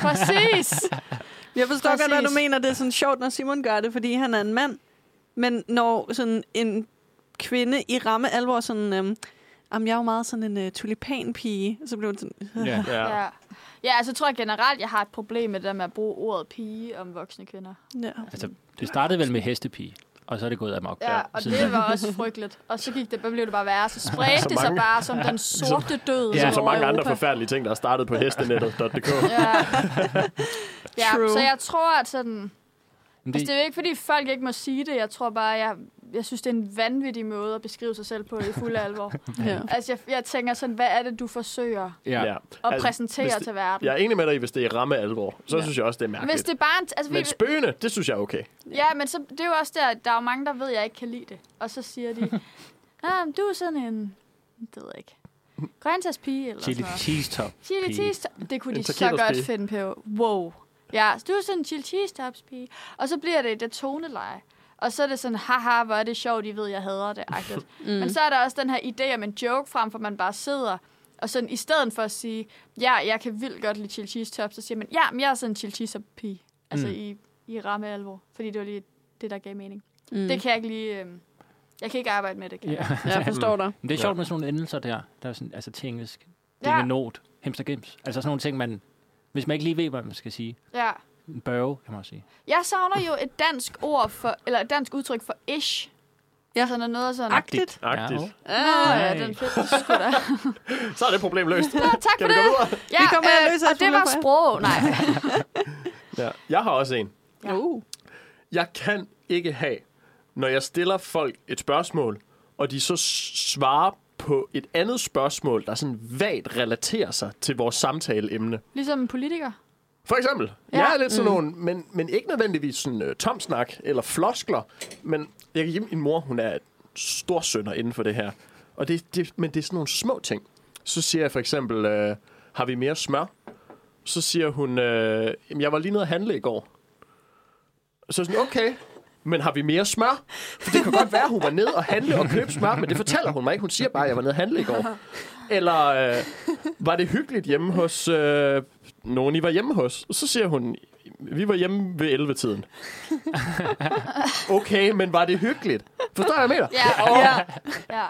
D: Præcis!
C: Jeg forstår Præcis. godt, hvad du
D: Præcis.
C: mener. Det er sådan sjovt, når Simon gør det, fordi han er en mand. Men når sådan en kvinde i ramme alvor sådan... Øhm, Jamen, jeg er jo meget sådan en øh, tulipanpige. Så blev det sådan...
E: Ja.
F: Ja.
D: Ja. ja, altså jeg tror jeg generelt, jeg har et problem med det der med at bruge ordet pige om voksne kvinder.
C: Ja.
E: Altså, det startede vel med hestepige, og så er det gået amok.
D: Ja, og
E: siden da.
D: det var også frygteligt. Og så gik det, blev det bare værre. Så spredte
F: Så
D: det sig
F: mange-
D: bare som den sorte død
F: Som
D: ja.
F: så mange andre
D: Europa.
F: forfærdelige ting, der er startet på hestenet.dk. <laughs>
D: Ja. ja,
C: True.
D: så jeg tror, at sådan...
E: Men
D: Altså, det er jo ikke, fordi folk ikke må sige det. Jeg tror bare, jeg, jeg synes, det er en vanvittig måde at beskrive sig selv på i fuld
F: <laughs>
D: alvor.
C: ja.
D: Altså, jeg, jeg tænker sådan, hvad er det, du forsøger
F: Ja.
D: at
F: Altså,
D: altså,
F: hvis
D: præsentere
F: det-
D: det, til verden?
F: Jeg er enig med dig, i, hvis det er ramme alvor. Så ja. synes jeg også, det er mærkeligt.
D: Hvis det bare... er en- Altså,
F: Men
D: vi-
F: spøgende, det synes jeg er okay.
D: Ja, men så, det er jo også der, der er jo mange, der ved, at jeg ikke kan lide det. Og så siger de, ah, men du er sådan en, det ved jeg ikke, grøntsagspige eller
E: Chili
D: sådan noget.
E: cheese top.
D: Chili
E: pige.
D: cheese top. Det kunne
F: En
D: de så
F: taqueros pige.
D: godt finde på. Wow. Ja, så du er sådan en chili cheese tops pige. Og så bliver det det toneleje. Og så er det sådan, haha, hvor er det sjovt, I ved, jeg hader det.
E: <laughs>
D: Agtigt. mm. Men så er der også den her idé om en joke, frem for at man bare sidder og sådan, i stedet for at sige, ja, jeg kan vildt godt lide chili cheese tops, så siger man, ja, men jeg er sådan en chili cheese top pige. Altså
E: Mm.
D: mm. i, i ramme alvor. Fordi det var lige det, der gav mening. Mm. Det kan jeg ikke lige... Øh, jeg kan ikke arbejde med det. Kan
E: Ja.
D: jeg.
C: Jeg forstår dig.
E: Men det er sjovt med sådan nogle endelser der, der er sådan, altså til engelsk. <laughs> Det er
D: Ja,
E: med not, hemster gims. Altså sådan nogle ting, man, hvis man ikke lige ved, hvad man skal sige.
D: ja.
E: En børge, kan man også sige.
D: Jeg savner jo et dansk ord for, eller et dansk udtryk for ish.
C: Ja.
D: Ja. Altså noget, noget sådan.
C: Agtigt. Ah.
F: Agtigt.
E: Ja,
D: Nå, ja, den fik du sgu da.
F: Så er det problem løst.
D: Nå, <laughs> tak for
F: Kan vi gå
D: det.
F: videre?
D: Ja, øh,
C: Vi kommer her og løser
D: og
C: et
D: det
C: problem
D: var
C: for jer.
D: sprog.
C: <laughs>
D: Nej.
F: Ja. Jeg har også en.
D: Ja.
C: Uh.
F: Jeg kan ikke have, når jeg stiller folk et spørgsmål, og de så s- svarer på et andet spørgsmål, der sådan vagt relaterer sig til vores samtaleemne.
D: Ligesom en politiker.
F: For eksempel, ja.
D: Ja. Mm.
F: jeg er lidt sådan nogen, men, men ikke nødvendigvis sådan øh, tom snak eller floskler, men jeg kan give min mor, hun er stor sønder inden for det her. Og det, det, men det er sådan nogle små ting. Så siger jeg for eksempel, øh, har vi mere smør? Så siger hun, øh, "Jamen, jeg var lige nede at handle i går. Så er jeg sådan, okay, men har vi mere smør? For det kan godt være, hun var nede og handle og købe smør, men det fortæller hun mig ikke. Hun siger bare, at jeg var nede og handle i går. Eller øh, var det hyggeligt hjemme hos øh, nogen, I var hjemme hos? Så siger hun, vi var hjemme ved 11-tiden. Okay, men var det hyggeligt? Forstår jeg, hvad jeg mener?
D: Ja, ja. ja.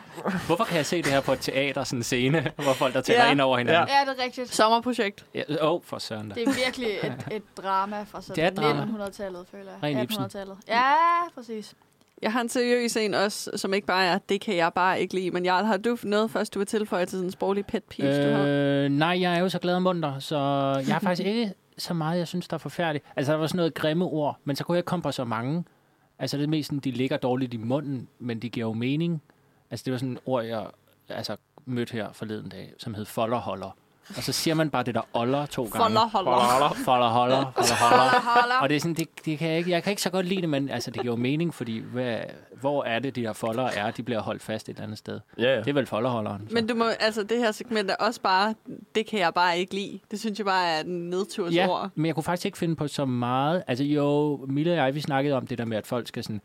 E: Hvorfor kan jeg se det her på et teater, sådan en scene, <laughs> hvor folk der taler
C: Ja.
E: ja. ind over hinanden?
D: Ja, det er rigtigt.
C: Sommerprojekt.
E: Åh, ja. ja. oh, for søren da.
D: Det er virkelig et, et drama fra
E: Det er et
D: sådan
E: drama.
D: 1900-tallet, føler jeg.
E: Ren Ibsen.
D: 1800-tallet. Ja, præcis.
C: Jeg har en seriøs en også, som ikke bare er, det kan jeg bare ikke lide. Men Jarl, har du noget først, du vil tilføje til sådan en sproglig pet peeve, øh, du har?
E: Øh, nej, jeg er jo så glad og munter, så jeg har faktisk ikke så meget, jeg synes, der er forfærdeligt. Altså, der var sådan noget grimme ord, men så kunne jeg ikke komme på så mange. Altså, det er mest sådan, de ligger dårligt i munden, men de giver jo mening. Altså, det var sådan et ord, jeg altså, mødte her forleden dag, som hed folderholder. Og så siger man bare det der oller to gange.
C: Folderholder.
E: Folderholder, folderholder, folderholder.
D: Holder.
E: Og det er sådan, det, det kan jeg, ikke, jeg kan ikke så godt lide det, men altså, det giver jo mening, fordi hvad, hvor er det, de her folder er? De bliver holdt fast et eller andet sted.
F: Ja,
E: Det er vel folderholderen. så.
C: Men du må, altså det her segment er også bare, det kan jeg bare ikke lide. Det synes jeg bare er en
E: Ja,
C: nedtursord.
E: men jeg kunne faktisk ikke finde på så meget. Altså jo, Mille og jeg, vi snakkede om det der med, at folk skal sådan,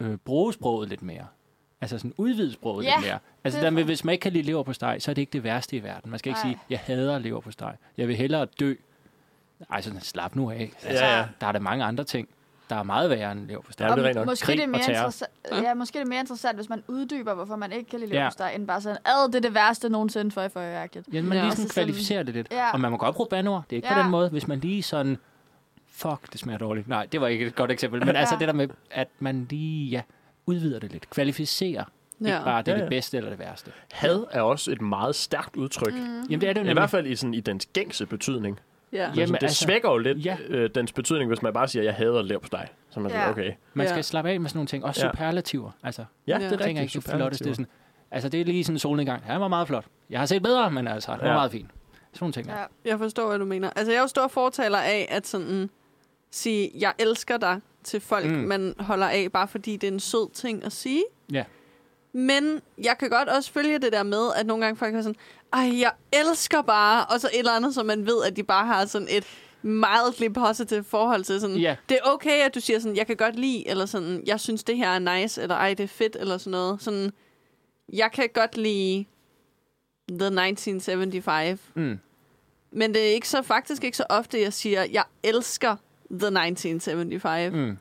E: øh, bruge sproget lidt mere. Altså sådan udvide sproget
D: Ja,
E: lidt mere. Altså
D: det
E: der
D: er
E: med,
D: rigtigt.
E: hvis man ikke kan lide lever på steg, så er det ikke det værste i verden. Man skal ikke
D: Nej.
E: sige, jeg hader lever på steg. Jeg vil hellere dø. Ej, sådan slap nu af. Altså,
F: Ja, ja.
E: Der er der mange andre ting. der er meget værre end lever på
F: Ja, det er rent nok.
D: Måske
E: Krig
D: det er mere
E: og terror.
D: interessant, ja, måske det er mere interessant, hvis man uddyber, hvorfor man ikke kan lide
E: Ja.
D: leverpostej, end bare sådan, ad, det er det værste nogensinde for i forøjagtigt.
E: Ja, man
C: Ja.
E: ja. lige
D: Altså
E: sådan
D: sådan-
E: kvalificerer det lidt.
D: Ja.
E: Ja. Og man må godt bruge bandeord. Det er ikke ja.
D: Ja.
E: på den måde, hvis man lige sådan... Fuck, det smager dårligt. Nej, det var ikke et godt eksempel. Men ja. altså
D: Ja.
E: det der med, at man lige ja, udvider det lidt. Kvalificerer. Ja. Ikke bare, det
F: Ja,
E: er ja,
F: ja.
E: det bedste eller det værste.
F: Had er også et meget stærkt udtryk. Mm.
E: Jamen det er det jo
F: I
E: nemlig.
F: hvert fald i, sådan, i dens gængse betydning.
C: Ja.
F: Jamen,
E: Jamen,
F: det altså,
E: altså-
F: svækker jo lidt ja.
E: Ja.
F: øh, dens betydning, hvis man bare siger, jeg hader lev på dig. Så man
D: Ja.
F: siger, okay.
E: Man
C: Ja.
E: skal slappe af med sådan nogle ting. Også
F: Ja.
E: ja. superlativer. Altså,
F: Ja,
C: Ja.
F: det er
E: det tænker jeg
F: rigtigt.
E: ikke, det
F: superlativ.
E: flotteste. Det er sådan, altså det er lige sådan en solnedgang. Ja, den var meget flot. Jeg har set bedre, men altså, den var
F: Ja.
E: meget fin. Sådan nogle ting der.
D: Ja.
E: Ja.
C: Jeg forstår, hvad du mener. Altså, jeg er jo stor fortaler af at sådan sige, jeg elsker dig til folk, mm.
E: Mm.
C: man holder af, bare fordi det er en sød ting at sige.
E: Ja.
C: Men jeg kan godt også følge det der med, at nogle gange folk er sådan, ej, jeg elsker bare, og så et eller andet, som man ved, at de bare har sådan et mildly positive forhold til. Sådan,
E: Ja.
C: Det er okay, at du siger sådan, jeg kan godt lide, eller sådan, jeg synes, det her er nice, eller ej, det er fedt, eller sådan noget. Sådan, jeg kan godt lide The 1975,
E: Mm.
C: men det er ikke så, faktisk ikke så ofte, jeg siger, jeg elsker The 1975. Mm.
E: Mm.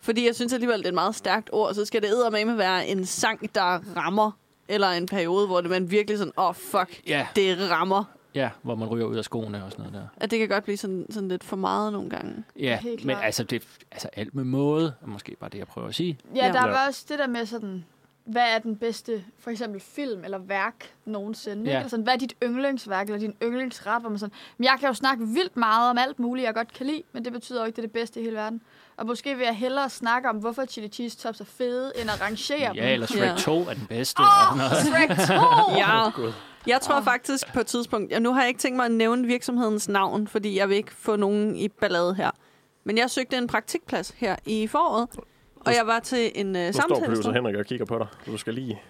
C: Fordi jeg synes alligevel, det er et meget stærkt ord, så skal det eddermame være en sang, der rammer. Eller en periode, hvor det, man virkelig sådan, åh oh, fuck,
E: Ja.
C: det rammer.
E: ja, hvor man ryger ud af skoene og sådan noget der.
C: At det kan godt blive sådan, sådan lidt for meget nogle gange.
E: Ja,
D: Helt
E: men
D: klart.
E: altså, det, altså alt med måde, er måske bare det, jeg prøver at sige.
D: Ja,
C: Ja.
D: der
F: Ja.
D: var også det der med sådan, hvad er den bedste, for eksempel film eller værk nogensinde?
E: Ja.
D: Ikke? Eller sådan, hvad er dit yndlingsværk eller din yndlingsrap? Og man sådan, men jeg kan jo snakke vildt meget om alt muligt, jeg godt kan lide, men det betyder jo ikke, det er det bedste i hele verden. Og måske vil jeg hellere snakke om, hvorfor chili cheese tops er fede, end at rangere dem.
E: Ja, eller
C: Ja.
E: Shrek 2 er den bedste.
D: Åh,
E: Oh!
D: Shrek 2!
C: Ja. Jeg tror faktisk på et tidspunkt, ja, nu har jeg ikke tænkt mig at nævne virksomhedens navn, fordi jeg vil ikke få nogen i ballade her. Men jeg søgte en praktikplads her i foråret, og jeg var til en øh,
F: Nu står producer
C: samtale.
F: Henrik og kigger på dig. Du skal lige...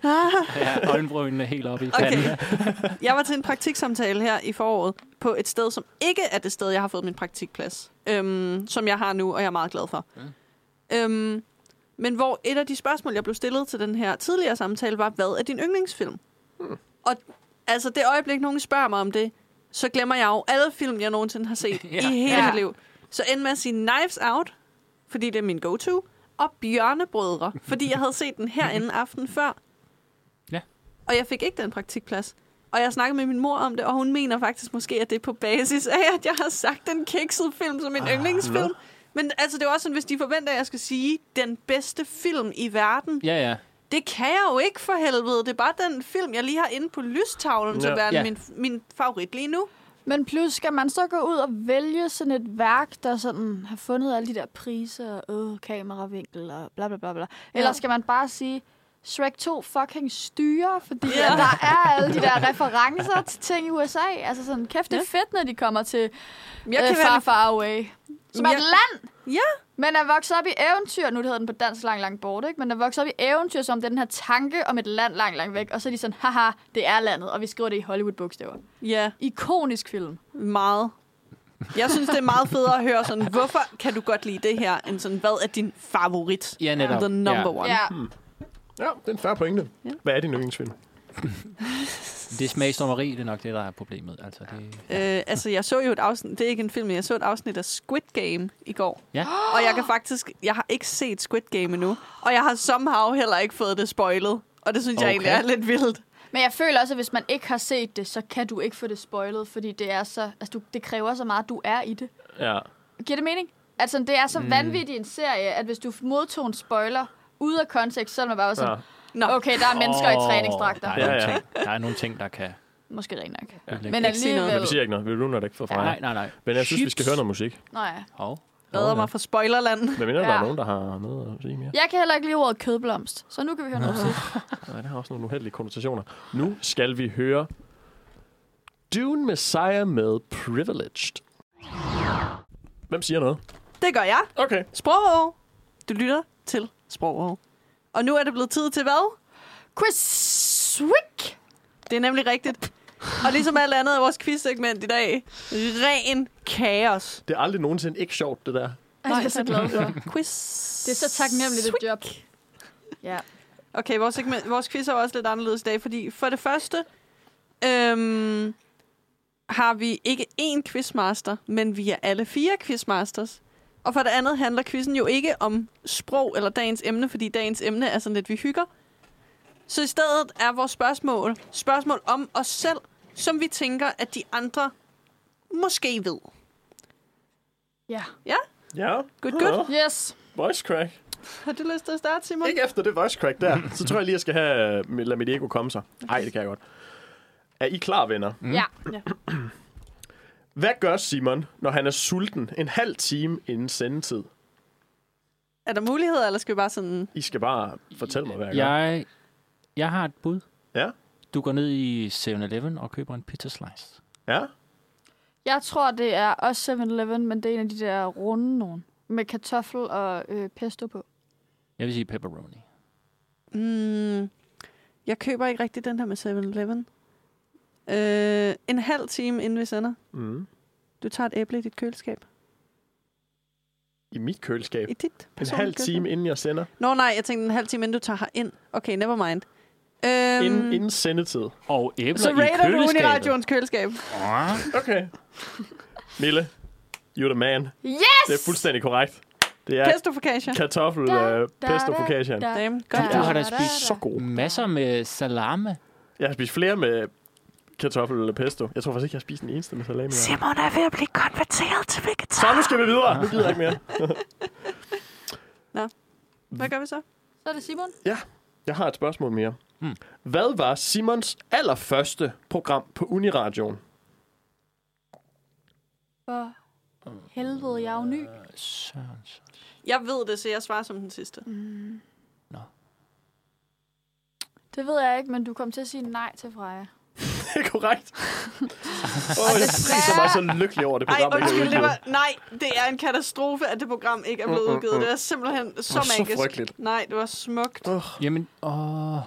E: Ja, øjenbrynene er helt oppe i panden.
C: Okay. Jeg var til en praktiksamtale her i foråret på et sted, som ikke er det sted, jeg har fået min praktikplads, øhm, som jeg har nu, og jeg er meget glad for. Ja. Øhm, men hvor et af de spørgsmål, jeg blev stillet til den her tidligere samtale, var, hvad er din yndlingsfilm? Og altså det øjeblik, nogen spørger mig om det, så glemmer jeg jo alle film, jeg nogensinde har set ja.
E: Ja.
C: i hele
D: Ja.
C: mit liv. Så endte med at sige Knives Out, fordi det er min go-to, og Bjørnebrødre, fordi jeg havde set den herinde aften før.
E: Ja.
C: Og jeg fik ikke den praktikplads. Og jeg snakkede med min mor om det, og hun mener faktisk måske, at det er på basis af, at jeg har sagt den kiksede film som en ah, yndlingsfilm. Men altså, det er jo også sådan, hvis de forventer, at jeg skal sige den bedste film i verden,
E: Ja, ja.
C: det kan jeg jo ikke for helvede. Det er bare den film, jeg lige har inde på lystavlen, ja. til
F: Ja.
C: at være
E: Ja.
C: min, min favorit lige nu.
D: Men plus, skal man så gå ud og vælge sådan et værk, der sådan har fundet alle de der priser, og øh, kameravinkel og bla bla bla bla. Eller
C: Ja.
D: skal man bare sige, Shrek 2 fucking styrer, fordi
C: Ja.
D: ja. der er alle de der referencer til ting i USA. Altså sådan, kæft, det er fedt, når de kommer til
C: Jeg
D: jeg
C: kan
D: øh, Far
C: være
D: Far Away. Som er
C: Jeg-
D: et land,
C: Ja,
D: men er vokset op i eventyr. Nu hedder den på dansk langt, langt bort, ikke? Men er vokset op i eventyr, som den her tanke om et land langt, langt væk. Og så er de sådan, haha, det er landet, og vi skriver det i Hollywood-bogstaver.
C: ja,
D: Ikonisk film.
C: meget. Jeg synes, det er meget federe at høre sådan, hvorfor kan du godt lide det her, end sådan, hvad er din favorit?
E: Ja, netop.
C: The number one.
D: Ja.
F: Ja, det er en færre pointe.
C: Ja.
F: Hvad er din yndlingsfilm?
E: Det er smagsdommeri, det er nok det, der er problemet. Altså, det,
C: Øh, altså, jeg så jo et afsnit, det er ikke en film, men jeg så et afsnit af Squid Game i går.
E: Ja.
C: Og jeg kan faktisk, jeg har ikke set Squid Game endnu, og jeg har somehow heller ikke fået det spoilet. Og det synes okay. jeg egentlig
E: Okay.
C: er lidt vildt.
D: Men jeg føler også, at hvis man ikke har set det, så kan du ikke få det spoilet, fordi det, er så, altså, du, det kræver så meget, at du er i det.
F: Ja.
D: Giver det mening? Altså, det er så mm. vanvittig en serie, at hvis du modtog en spoiler ude af kontekst, så er man bare sådan,
C: Nå,
D: ja.
C: okay.
D: okay, der er mennesker oh, i
E: Åh,
D: træningsdragter.
E: Der, er nogle
F: Ja, ja.
E: Ting, der er nogle ting, der kan...
D: Måske rent nok.
E: Ja.
D: Men
C: ikke sige noget.
F: Men
D: alligevel...
F: vi siger ikke noget. Vi runder det ikke for fra
E: Nej,
F: jer.
E: nej, nej.
F: Men jeg synes, vi skal høre noget musik.
D: Nå, ja.
E: Hov.
C: redder mig fra spoilerland.
F: Hvad mener ja. der er
D: Ja.
F: nogen, der har noget at sige mere?
D: Jeg kan heller ikke lide ordet kødblomst, så nu kan vi høre noget musik.
F: Nej, det har også nogle uheldige konnotationer. Nu skal vi høre Dune Messiah med Privileged. Hvem siger noget?
C: Det gør jeg.
F: Okay.
C: Sprogov. Du lytter til Sprogov. Og nu er det blevet tid til hvad?
D: Quiz week!
C: Det er nemlig rigtigt. Og ligesom alt andet af vores quizsegment i dag, ren kaos.
F: Det er aldrig nogensinde ikke sjovt, det der.
D: Ej, det er jeg så <laughs> glad for.
C: Quiz.
D: Det er så taknemmeligt et job. Ja.
C: Okay, vores, segment, vores quiz er jo også lidt anderledes i dag, fordi for det første øhm, har vi ikke én quizmaster, men vi er alle fire quizmasters. Og for det andet handler quizzen jo ikke om sprog eller dagens emne, fordi dagens emne er sådan lidt, vi hygger. Så i stedet er vores spørgsmål spørgsmål om os selv, som vi tænker, at de andre måske ved.
D: Ja.
C: Ja,
F: Ja.
C: good, good.
D: Yes.
F: Voice crack.
C: Har du lyst til at starte, Simon?
F: Ikke efter det voice crack der. Så tror jeg lige, jeg skal have, øh, lad mit ego komme sig. Nej, det kan jeg godt. Er I klar, venner?
D: Mm. Ja.
F: Hvad gør Simon, når han er sulten en halv time inden sendetid?
C: Er der muligheder, eller skal vi bare sådan...
F: I skal bare fortælle mig, hvad jeg gør.
E: Jeg, jeg har et bud.
F: Ja?
E: Du går ned i 7-Eleven og køber en pizza slice.
F: Ja?
D: Jeg tror, det er også 7-Eleven, men det er en af de der runde nogen. Med kartoffel og øh, pesto på.
E: Jeg vil sige pepperoni.
C: Mm, jeg køber ikke rigtig den her med 7-Eleven. Øh, en halv time, inden vi sender.
F: Mm.
C: Du tager et æble i dit køleskab.
F: I mit køleskab.
C: I dit
F: En
C: personlige
F: halv
C: køleskab.
F: time, inden jeg sender.
C: Nå nej, jeg tænkte en halv time, inden du tager ind. Okay, never mind. Øhm,
F: Inden, inden sendetid.
E: Og æbler
C: så
E: i
C: raider du
E: køleskabet.
C: Uniradions køleskab.
E: Ah.
F: Okay. Mille, you're the man.
D: Yes!
F: Det er fuldstændig korrekt. Det er
C: Pesto for Kasia.
F: kartoffel øh, pesto på kagen.
C: Damn,
D: Da,
C: godt.
E: Du
C: Ja.
E: har da
D: da, da,
E: spist
F: Så
D: da.
F: god.
E: Masser med salame.
F: Jeg har spist flere med kartoffel eller pesto. Jeg tror faktisk ikke, jeg har spist den eneste med salami.
C: Simon er ved at blive konverteret til vegetar.
F: Så nu skal vi videre. Nu gider jeg ikke mere.
C: Hvad gør vi så?
D: Så er det Simon.
F: Jeg har et spørgsmål mere.
E: Mm.
F: Hvad var Simons allerførste program på Uniradioen?
D: For helvede, jeg er jo ny.
E: Søren. Søren.
C: Jeg ved det, så jeg svarer som den sidste.
E: Mm.
D: Det ved jeg ikke, men du kom til at sige nej til Freja.
F: <laughs> Det er korrekt. Åh, oh, jeg priser mig så lykkelig over det
C: Altså, Ej,
F: program. ikke er
C: undskyld, det
F: udgivet.
C: var... Nej, det er en katastrofe, at det program ikke er blevet udgivet. Det er simpelthen så
F: var så
C: magisk.
F: frygteligt. Mm.
C: Nej, det var smukt.
E: Jamen, åh.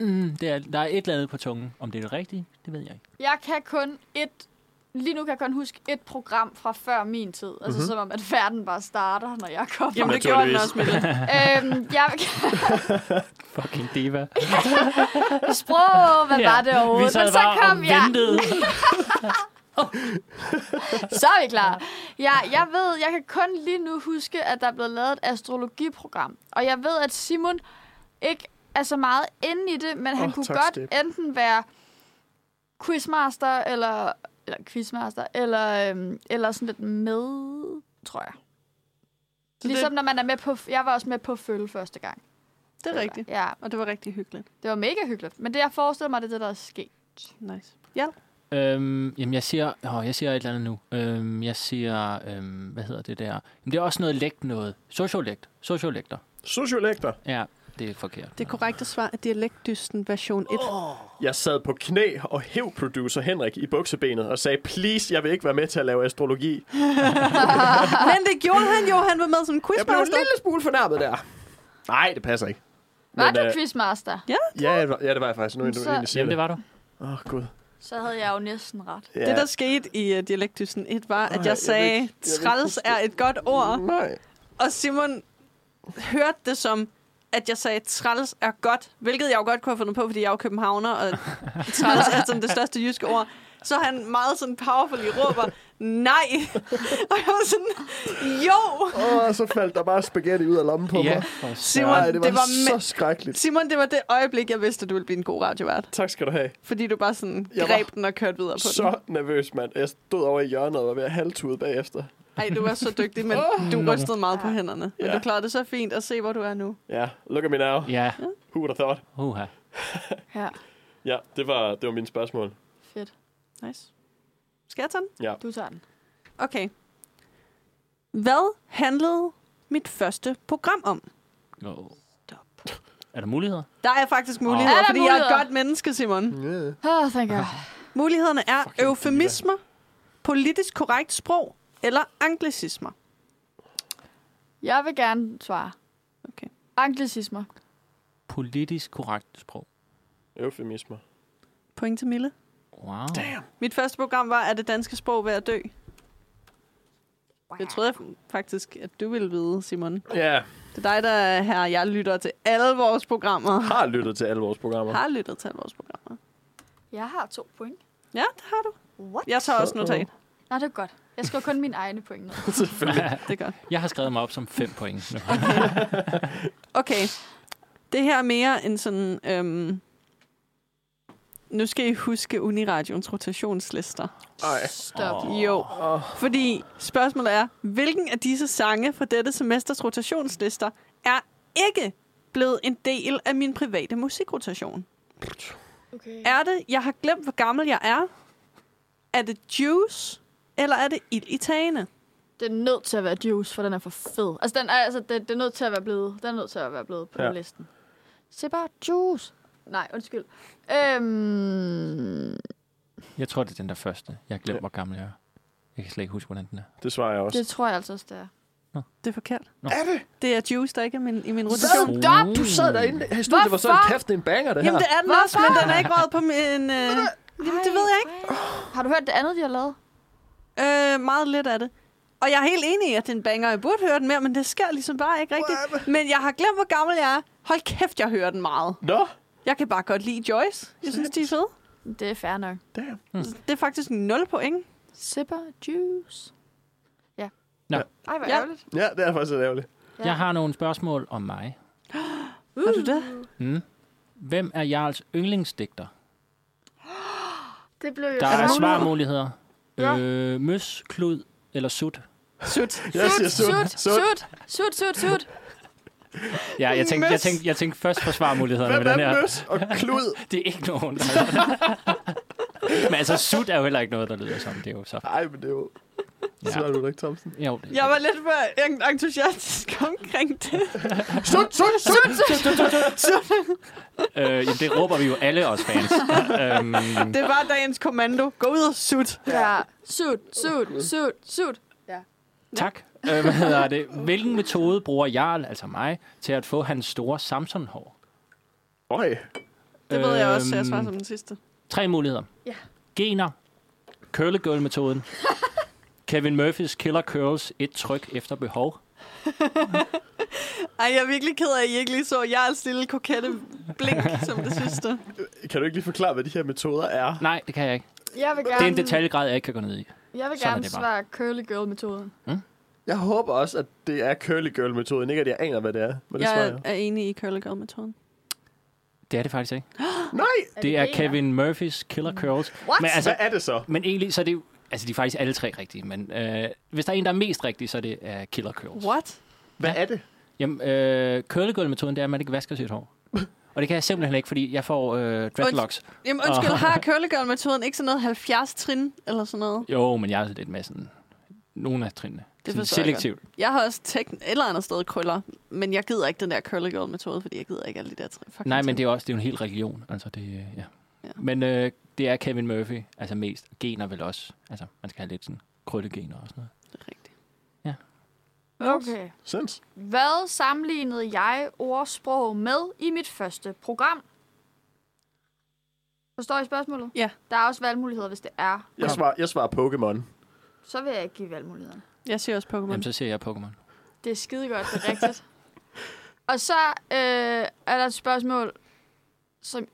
E: Mm, det er, der er et eller andet på tungen. Om det er det rigtige, det ved jeg ikke.
D: Jeg kan kun et... Lige nu kan jeg kun huske et program fra før min tid. Altså
E: Mhm.
D: mm-hmm. som om, at verden bare starter, når jeg kommer.
C: Jamen, det gjorde den
F: Naturligvis.
C: også, <laughs> Mille.
D: øhm, jeg
E: Fucking
D: <laughs>
E: diva.
D: kan sprog, hvad
E: <laughs> Ja,
D: ja. var det
E: Vi
D: overhovedet?
E: sad
D: Men så
E: bare
D: kom
E: og
D: jeg.
E: ventede.
D: Så er vi klar. Ja, jeg ved, jeg kan kun lige nu huske, at der er blevet lavet et astrologiprogram. Og jeg ved, at Simon ikke er så meget inde i det, men han
F: Åh,
D: kunne
F: tak,
D: godt
F: Steb.
D: enten være quizmaster, eller, eller quizmaster, eller, øhm, eller sådan lidt med, tror jeg.
C: Så
D: Ligesom
C: det,
D: når man er med på... Jeg var også med på følge første gang.
C: det er rigtigt.
D: Ja,
C: Og det var rigtig hyggeligt.
D: det var mega hyggeligt. Men det, jeg forestiller mig, det er det, der er sket.
C: Nice. Ja,
E: Øhm, jamen, jeg siger, åh, jeg siger et eller andet nu. Øhm, jeg siger, øhm, hvad hedder det der? Jamen, det er også noget lægt noget. Sociolekt. Sociolekter.
F: Sociolekter.
E: Ja, det er forkert.
C: det korrekte svar er dialektdysten version 1.
F: Jeg sad på knæ og hæv producer Henrik i buksebenet og sagde, please, jeg vil ikke være med til at lave astrologi.
C: <laughs> Men det gjorde han jo. Han var med som
F: Jeg blev en
C: quizmaster.
F: lille smule fornærmet der. Nej, det passer ikke.
D: Var
F: Men,
D: du
F: øh,
D: quizmaster?
F: Ja, det var, ja, det var jeg faktisk. Nu er du
D: Så-
F: egentlig siger
E: Jamen, det
F: det.
E: var du.
F: Åh, oh, gud.
D: Så havde jeg jo næsten ret.
F: Ja.
C: Det, der skete i uh, dialektdysten 1, var, at
F: Ej,
C: jeg
F: jeg vil
C: sagde,
F: ikke- jeg vil ikke
C: træls
F: huske
C: er et godt ord.
F: Nej.
C: Og Simon hørte det som, at jeg sagde, træls er godt. Hvilket jeg jo godt kunne have fundet på, fordi jeg er jo københavner,
F: <laughs>
C: og træls er sådan det største jyske ord. Så han meget sådan powerfully råber, nej. <laughs> Og jeg var sådan, jo.
F: Åh, oh, så faldt der bare spaghetti ud af lommen på
E: Ja,
F: mig.
E: for
C: Simon,
E: søren.
F: Nej, det var,
C: det var
F: så
C: mæ-
F: skrækkeligt.
C: Simon, det var det øjeblik, jeg vidste, at du ville blive en god radiovært.
F: Tak skal du have.
C: Fordi du bare sådan
F: Jeg var
C: greb den og kørte videre på den.
F: Så nervøs, mand. Jeg stod over i hjørnet og var ved at halvtude bagefter.
C: Ej, du var så dygtig, men du rystede meget på hænderne. Men
F: Ja.
C: du klarede det så fint, og se, hvor du er nu.
F: Ja, look at me now.
E: Ja,
F: Who would have thought?
E: uha.
D: Ja,
F: Ja, det var, det var mine spørgsmål.
D: fedt.
C: Nice. Skal jeg tage den?
D: Du tager den.
C: Okay. Hvad handlede mit første program om?
E: Oh. Er der muligheder?
C: Der er faktisk
D: Er
C: muligheder,
D: der
C: fordi jeg er
D: muligheder?
C: et godt menneske, Simon.
F: Yeah.
C: <laughs>
D: Åh, oh, thank God.
C: Mulighederne er eufemismer, politisk korrekt sprog eller anglicismer.
D: Jeg vil gerne svare.
C: Okay.
D: Anglicismer.
E: Politisk korrekt sprog.
F: Eufemismer.
C: Point til Mille.
E: Wow.
C: Mit første program var, er det danske sprog ved at dø? Jeg troede faktisk, at du ville vide, Simon.
F: Ja,
C: Det er dig, der er her. Jeg lytter til alle vores programmer.
F: har lyttet til alle vores programmer.
C: Har lyttet til alle vores programmer.
D: Jeg har to point.
C: Ja, det har du.
D: What?
C: Jeg tager også notat.
D: Nå, det er godt. Jeg skriver kun mine egne point ned.
F: <laughs>
C: Det er godt.
E: <laughs> Jeg har skrevet mig op som fem point. Nu.
C: Okay. Det her er mere en sådan... Øhm, nu skal I huske Uniradions rotationslister.
F: Ej.
D: Stop.
C: Jo, fordi spørgsmålet er, hvilken af disse sange fra dette semesters rotationslister er ikke blevet en del af min private musikrotation?
D: Okay.
C: Er det, jeg har glemt, hvor gammel jeg er? Er det Juice? Eller er det Ild i Tagene?
D: Det er nødt til at være juice, for den er for fed. Altså, den er, altså det, det er nødt til at være blevet, den er nødt til at være blevet på
F: Ja.
D: ja. listen. Se bare juice. Nej, undskyld. Øhm,
E: Jeg tror, det er den der første. Jeg glemmer, hvor gammel jeg er. Jeg kan slet ikke huske, hvordan den er.
F: Det svarer jeg også.
D: det tror jeg altså også, det er.
C: Det er forkert.
E: Nå.
C: Er det? Det er Juice, der ikke er min, i min rotation.
D: Stop! Stop!
F: Du sad derinde i studiet, hvor sådan,
D: Hvorfor?
F: kæft, det er en banger, det her.
C: Jamen, det er den også, men den er ikke røget på min... Øh, jamen, det ved jeg ikke.
D: Har du hørt det andet, de har lavet?
C: Øh, meget lidt af det. Og jeg er helt enig i, at det er en banger. Jeg burde høre den mere, men det sker ligesom bare ikke rigtigt. Men jeg har glemt, hvor gammel jeg er. Hold kæft, jeg hører den meget.
F: Nå,
C: Jeg kan bare godt lide Joyce. Jeg synes, de er fede.
D: Det er fair nok.
F: damn.
C: Det er faktisk 0 point.
D: Sipper juice. Ja.
E: Nå.
D: Ej, hvor
C: Ja.
D: ærgerligt.
F: Ja, det er faktisk lidt ærgerligt.
D: Ja.
E: Jeg har nogle spørgsmål om mig.
C: Uh. Er du det?
E: Mm. Hvem er Jarls yndlingsdigter?
D: Det blev jo
F: Øh,
E: Der
C: Er
E: er,
C: der nogen
E: svarmuligheder.
D: Ja.
E: Øh, møs, klud eller sut.
C: Sødt.
F: Jeg
D: Sut,
F: siger
D: sut,
F: sut.
D: sut, sut, sut, sut.
E: Ja, jeg tænkte, jeg
F: Møs.
E: tænkte, jeg tænkte først på svarmulighederne
F: Hvem
E: med den
F: er
E: her.
F: møs og klud?
E: Det er ikke nogen. der- Men altså, sut er jo heller ikke noget, der lyder som. Det er jo så...
F: Ej, men det er jo...
E: Ja.
F: Ah, Så er du ikke, Thomsen.
E: Jo, det
C: Uh. Jeg var lidt for en- entusiastisk omkring det.
F: Sut, sut, sut!
E: øh, jamen, det råber vi jo alle os
F: <laughs>
E: fans. øhm,
C: Det var dagens kommando. Gå ud og sut.
D: Ja. Sut, sut, sut, sut.
E: tak. Øh, hvad hedder det? Hvilken metode bruger Jarl, altså mig, til at få hans store Samson-hår?
F: Øj.
C: Det ved jeg også, så jeg
E: Øhm,
C: svarer som den sidste.
E: Tre muligheder.
D: Ja.
E: Gener. Curly Girl-metoden. Kevin Murphys Killer Curls. Et tryk efter behov.
C: Ej, jeg er virkelig ked af, at I ikke lige så Jarls lille kokette <laughs> blink som det sidste.
F: Kan du ikke lige forklare, hvad de her metoder er?
E: Nej, det kan jeg ikke.
D: Jeg vil gerne,
E: Det er en detaljegrad, jeg ikke kan gå ned i.
D: Jeg vil
E: Sådan er
D: gerne
E: det bare.
D: svare curly girl-metoden.
F: Jeg håber også, at det er curly girl-metoden. Ikke, at jeg aner, hvad det er. Men det svarer
C: Jeg
F: jeg.
C: er enig i Curly Girl-metoden.
E: Det er det faktisk ikke.
F: Nej!
E: Det er
D: gener?
E: Kevin Murphys Killer Curls.
D: What?
E: Men,
F: Hvad
E: altså,
F: er det så?
E: men egentlig, så er det jo... Altså, de er faktisk alle tre rigtige, men øh, hvis der er en, der er mest rigtig, så er det uh, Killer Curls.
C: What?
F: Hvad er det?
E: Jamen, øh, curly girl metoden det er, at man ikke vasker sit hår. Og det kan jeg simpelthen ikke, fordi jeg får øh, dreadlocks.
C: Jamen undskyld, har
E: <laughs>
C: Curly Girl-metoden ikke sådan noget 70 trin eller sådan noget?
E: Jo, men jeg er lidt med sådan... Nogle af trinene.
C: Det
E: Sådan
C: forstår jeg godt.
E: selektivt.
C: Jeg har også tænkt et eller andet sted krøller, men jeg gider ikke den der Curly Girl-metode, fordi jeg gider ikke alle de der trin. fucking
E: Nej, men
C: trin.
E: det er også det er jo en hel religion. Altså det, øh, ja.
C: Ja.
E: ja. Men øh, det er Kevin Murphy, altså mest. Gener vel også. Altså, man skal have lidt sådan krøllegener og sådan noget.
C: Det er rigtigt.
D: Okay.
F: Sens.
D: Hvad sammenlignede jeg ordsprog med i mit første program? Forstår I spørgsmålet?
C: Ja.
D: Der er også valgmuligheder, hvis det er.
F: Jeg svarer, jeg svarer Pokémon.
D: Så vil jeg ikke give valgmulighederne.
C: Jeg siger også Pokémon.
E: Jamen, så ser jeg Pokémon.
D: Det er skide godt, det er rigtigt. <laughs> Og så øh, er der et spørgsmål, som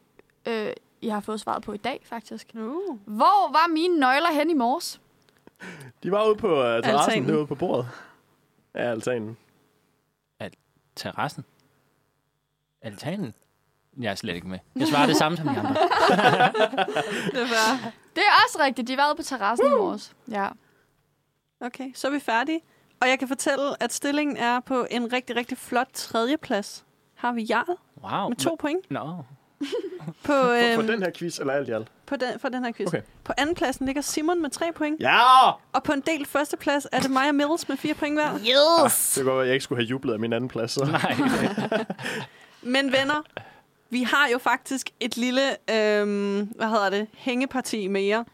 D: øh, I har fået svaret på i dag, faktisk.
C: Uh.
D: Hvor var mine nøgler hen i morges?
F: De var ude på uh, terrassen,
C: Altanen.
F: derude på bordet. Ja, altanen.
E: Terrassen. Altanen. Jeg er slet ikke med. Jeg svarer det samme som de andre.
C: Det var.
D: Det er også rigtigt, de var ude på terrassen i morges. Ja.
C: Okay, så er vi færdige. Og jeg kan fortælle, at stillingen er på en rigtig, rigtig flot tredjeplads. Har vi Jarl
E: Wow.
C: med to point
E: Nå.
C: på,
F: For, for
C: øhm,
F: den her quiz, eller alt i alt.
C: på den, for den her quiz.
F: Okay.
C: Okay. På andenpladsen ligger Simon med tre point,
F: Ja!
C: og på en del førsteplads er det mig og Mills med fire point hver.
F: Det kan godt være, at jeg ikke skulle have jublet af min anden plads. Så.
E: Nej.
C: Men venner, vi har jo faktisk et lille, øhm, hvad hedder det, hængeparti mere.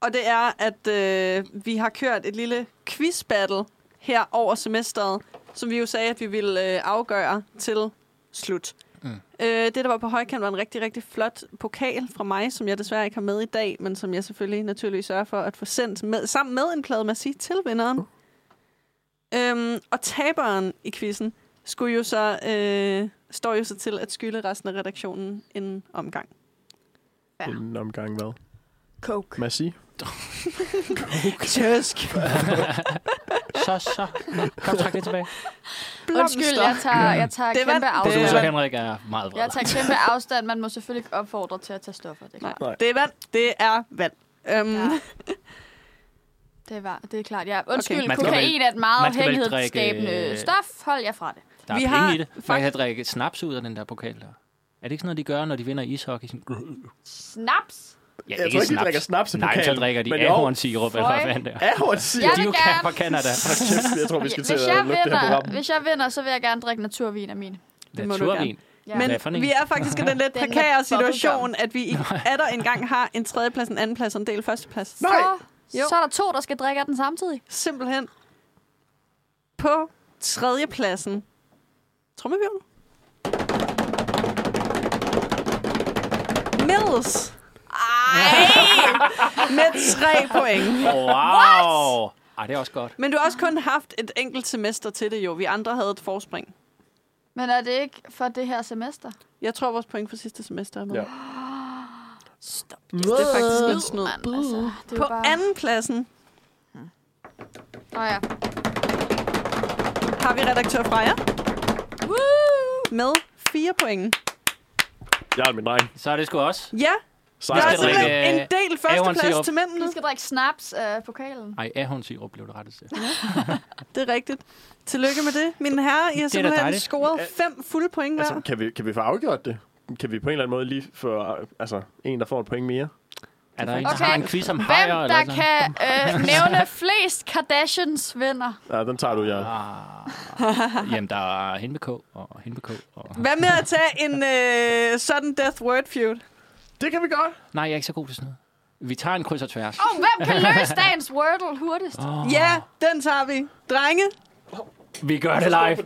C: Og det er, at øh, vi har kørt et lille quiz-battle her over semesteret, som vi jo sagde, at vi ville øh, afgøre til slut. Mm.
E: Mm.
C: Øh, det, der var på højkant, var en rigtig, rigtig flot pokal fra mig, som jeg desværre ikke har med i dag, men som jeg selvfølgelig naturligvis sørger for at få sendt med, sammen med en plade Massi til vinderen. Øhm, og taberen i quizzen skulle jo så, øh, står jo så til at skylde resten af redaktionen en omgang.
F: <laughs> En omgang hvad?
D: Coke.
F: Massi?
C: Tjøsk.
E: <laughs> Så, så. Nå, Kom, træk det tilbage.
D: Undskyld, jeg tager, jeg tager
C: Det var-
D: kæmpe
C: det
E: Og
D: afstand.
C: var-
E: så Henrik er meget vred.
D: Jeg tager kæmpe afstand. Man må selvfølgelig ikke opfordre til at tage stoffer. Det er klart.
C: Det er vand. Det er vand. Øhm,
D: Ja. Det, var, det er klart, ja. Undskyld,
E: Man
D: okay.
E: skal vel-
D: kokain er et meget
E: man skal vel
D: afhængighedsskabende
E: drikke-
D: stof. Hold jer fra det.
E: Der er
C: Vi
E: vi penge
C: har
E: har... i det. Man kan drikke snaps ud af den der pokal der. Er det ikke sådan noget, de gør, når de vinder ishockey? Sådan...
D: Snaps.
E: Ja,
F: Jeg tror ikke, de drikker snaps i
E: Nej,
F: pokalen,
E: så drikker de
F: men jo.
E: ahornsirup, eller hvad
D: Føj.
E: fanden der.
F: Ahorn siger,
D: Jeg
E: De er
D: vil
E: jo
D: gerne-
E: fra Canada.
F: Kæft, jeg tror, vi skal til
D: Hvis
F: at
D: jeg,
F: lukke det her
D: vinder,
F: program.
D: hvis jeg vinder, så vil jeg gerne drikke naturvin af min.
C: Det må du
E: Naturvin.
D: Ja.
E: Hvad for en?
C: Men vi er faktisk i den lidt
D: <laughs> Den er
C: prekære
D: bubblegum.
C: situation, at vi er der engang har en tredjeplads, en andenplads og en del førsteplads.
F: Nej!
D: Så, så er der to, der skal drikke af den samtidig.
C: Simpelthen. På tredjepladsen. Trummebjørn. Mills. Ej! <laughs> Med tre point.
E: Wow! Ej, det er også godt.
C: Men du har også kun haft et enkelt semester til det jo. Vi andre havde et forspring.
D: Men er det ikke for det her semester?
C: Jeg tror, vores point for sidste semester er med.
F: Ja.
D: Stop.
C: Det er faktisk lidt
D: Snyd,
C: snyd.
D: mand. Altså, det
C: På
D: er jo bare...
C: andenpladsen
D: Nå ja.
C: har vi redaktør Freja
D: Woo!
C: med fire point.
F: Jeg er min dreng.
E: Så er det sgu også.
C: Ja,
F: Sejt.
C: der er
E: skal
C: simpelthen
E: drikke,
C: en
E: øh,
C: del
E: ahornsirup.
C: førsteplads til
D: Du
C: mændene.
D: skal drikke snaps af pokalen.
E: Ej, ahornsirup blev det rettet til.
C: Det er rigtigt. Tillykke med det, mine herrer. I har
E: da
C: simpelthen
E: dejligt.
C: scoret fem fulde point hver.
F: Altså, kan vi, kan vi få afgjort det? Kan vi på en eller anden måde lige få øh, altså, en, der får et point mere?
E: Er der en, der
D: Okay.
E: har en quiz om
D: Hvem,
E: hajer?
D: der
E: eller sådan
D: kan
F: <laughs>
D: øh, nævne flest Kardashians venner?
F: Ja, den tager du, Jarl.
E: noget? Ah. Jamen, der er Henbe K. og Henbe K. Og...
C: Hvad med at tage en øh, sudden death word feud?
F: Det kan vi godt.
E: Nej, jeg er ikke så god til sådan noget. Vi tager en kryds og tværs.
D: Og oh, hvem kan løse dagens Wordle hurtigst?
C: Ja, den tager vi. Drenge,
E: Vi gør det live.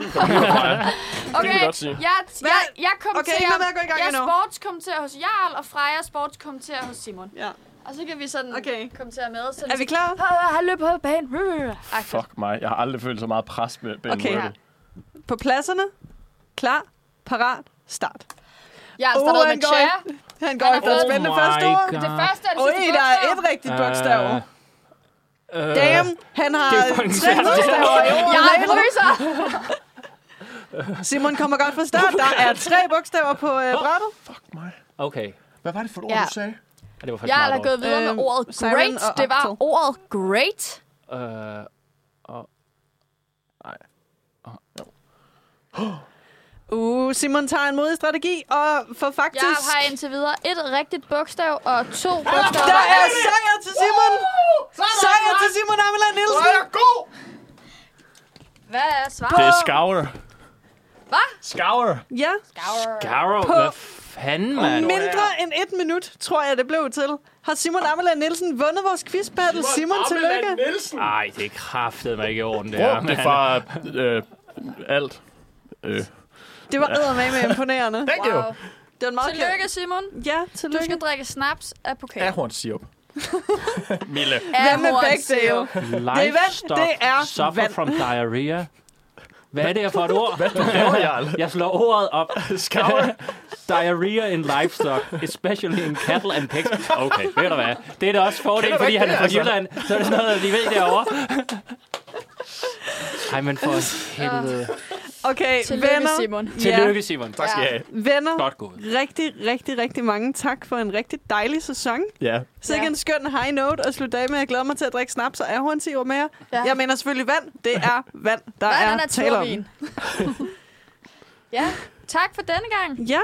D: Okay,
F: vi godt sige.
D: jeg, jeg, jeg
C: Okay,
D: kommenterer,
C: lad være at gå i gang
D: jeg
C: endnu.
D: sportskommenterer hos Jarl, og Freja sportskommenterer hos Simon.
C: Ja.
D: Og så kan vi sådan
C: Okay.
D: kommentere med. Så ligesom-
C: er vi klar?
D: Han løb på banen. Agtigt.
F: Fuck mig. Jeg har aldrig følt så meget pres med Ben
C: Okay.
F: Wordle.
C: På pladserne. Klar, parat, start.
D: Jarl
C: Oh,
D: starter ud
C: han
D: med
C: går
D: chair.
C: Han går
D: Han har
C: efter et
D: fået-
C: spændende
E: Oh my
C: første ord.
E: God.
D: Det første er det
C: Oj,
D: sidste
C: der er
D: bogstav.
C: et rigtigt bogstav.
E: Øh, øh,
C: Damn, han har
E: det er fucking
C: tre
E: svært.
C: bogstaver i
D: Jarl
C: ordet.
D: fryser.
C: Simon kommer godt fra start. Der er tre bogstaver på øh, brættet.
F: Fuck mig.
E: Okay.
F: Hvad var det for et
D: Ja.
F: ord, du sagde?
E: Ja, det var faktisk
D: Jarl
E: meget
D: er gået videre med
C: Øhm,
D: ordet
C: Siren
D: great.
C: og
D: Det var
C: Axel.
D: ordet great.
E: dårligt. Øh,
C: Uh, Simon tager en modig strategi og får
D: Jarl
C: faktisk...
D: har indtil videre et rigtigt bogstav og to bogstaver.
C: Der er sejr til Simon! Sejr til Simon Ameland Nielsen!
D: Hvad er
F: Det
D: svaret?
F: er Skavler.
D: Hvad?
F: Skavler.
C: Ja,
E: Garrow,
C: På-
E: hvad fanden, mand?
C: mindre end et minut, tror jeg, det blev til. Har Simon Ameland Nielsen vundet vores quizbattle? Simon, tillykke!
F: Nielsen.
E: Ej, det er kraftet mig ikke i orden, det
F: Råb
E: her,
F: det
E: mand.
F: fra øh, alt. Øh.
C: Det var eddermame imponerende.
F: Thank you.
D: Wow.
C: Det var en meget
D: Tillykke, Simon.
C: kæm- Ja,
D: Du
C: tillykke.
D: skal drikke snaps af pokal.
F: Ahorn
D: <laughs>
F: sirup. Mille.
C: Hvad med
D: Ahorn
C: begdale?
D: syrup.
C: Det er vand, det er
E: suffer
C: vand.
E: from diarrhea. Hvad er det her for et ord?
F: Hvad laver, Jarl?
E: Jeg slår ordet op.
F: Skavler.
E: <laughs> Diarrhea in livestock, especially in cattle and pigs. Okay, ved du hvad? Det er da også fordel,
F: Kender du
E: fordi
F: ikke
E: han
F: det,
E: er fra
F: altså?
E: Jylland. Så er det sådan noget, de ved derovre. Ej, men for helvede.
C: Okay,
D: Tillykke,
C: venner.
D: Simon.
E: Tillykke, Simon. Tak
D: skal I have.
C: Venner,
E: Godt gået.
C: rigtig, rigtig, rigtig mange tak for en rigtig dejlig sæson.
F: Ja.
C: Så ikke
D: Ja.
C: en skøn high note at slutte af med. Jeg glæder mig til at drikke snaps og ahornsirup med jer.
D: Ja.
C: Jeg mener selvfølgelig vand. Det er vand, der
D: Hvad er
C: er tale om.
D: naturvin? <laughs> ja, tak for denne gang.
C: Ja.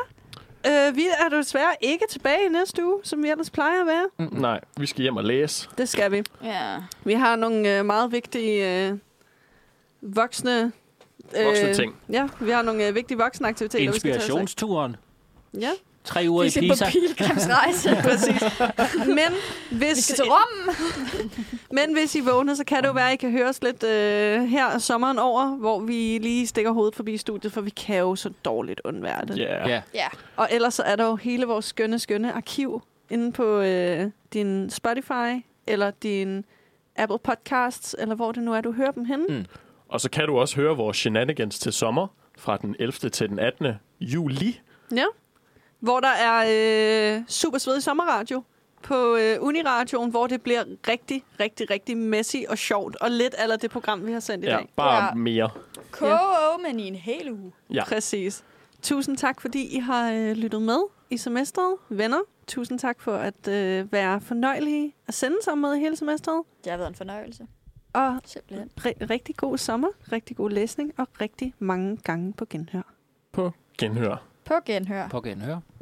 C: Øh, vi er desværre ikke tilbage i næste uge, som vi ellers plejer at være.
F: Nej, vi skal hjem og læse.
C: Det skal vi.
D: Ja.
C: Vi har nogle øh, meget vigtige øh, voksne... Øh,
F: Voksne ting.
C: Ja, vi har nogle øh, vigtige voksenaktiviteter, vi skal tage os af.
E: Inspirationsturen.
C: Ja,
E: Tre uger
D: Vi
E: i
D: skal på
E: Pisa.
D: <laughs> pilgrimsrejse.
C: præcis. men, hvis,
D: Vi skal til Rom.
C: men hvis I vågner, så kan det jo være, at I kan høre os lidt øh, her sommeren over, hvor vi lige stikker hovedet forbi studiet, for vi kan jo så dårligt undvære det.
F: Ja.
E: Ja.
D: Ja.
C: Og ellers så er der jo hele vores skønne, skønne arkiv inde på øh, din Spotify, eller din Apple Podcasts, eller hvor det nu er, du hører dem henne.
E: Mm.
F: Og så kan du også høre vores shenanigans til sommer fra den 11. til den 18. juli.
C: Ja. Hvor der er øh, super svedig sommerradio på øh, Uniradioen, hvor det bliver rigtig, rigtig, rigtig messy og sjovt, og lidt eller det program, vi har sendt i
F: Ja,
C: dag.
F: bare
D: Ja.
F: mere.
D: KO, men i en hel uge.
F: Ja.
C: Præcis. Tusind tak, fordi I har øh, lyttet med i semesteret, venner. Tusind tak for at øh, være fornøjelige at sende sammen med hele semesteret.
D: Det har været en fornøjelse,
C: Og
D: simpelthen.
C: ri- rigtig god sommer, rigtig god læsning og rigtig mange gange på genhør.
F: På genhør.
D: På genhør.
E: På genhør.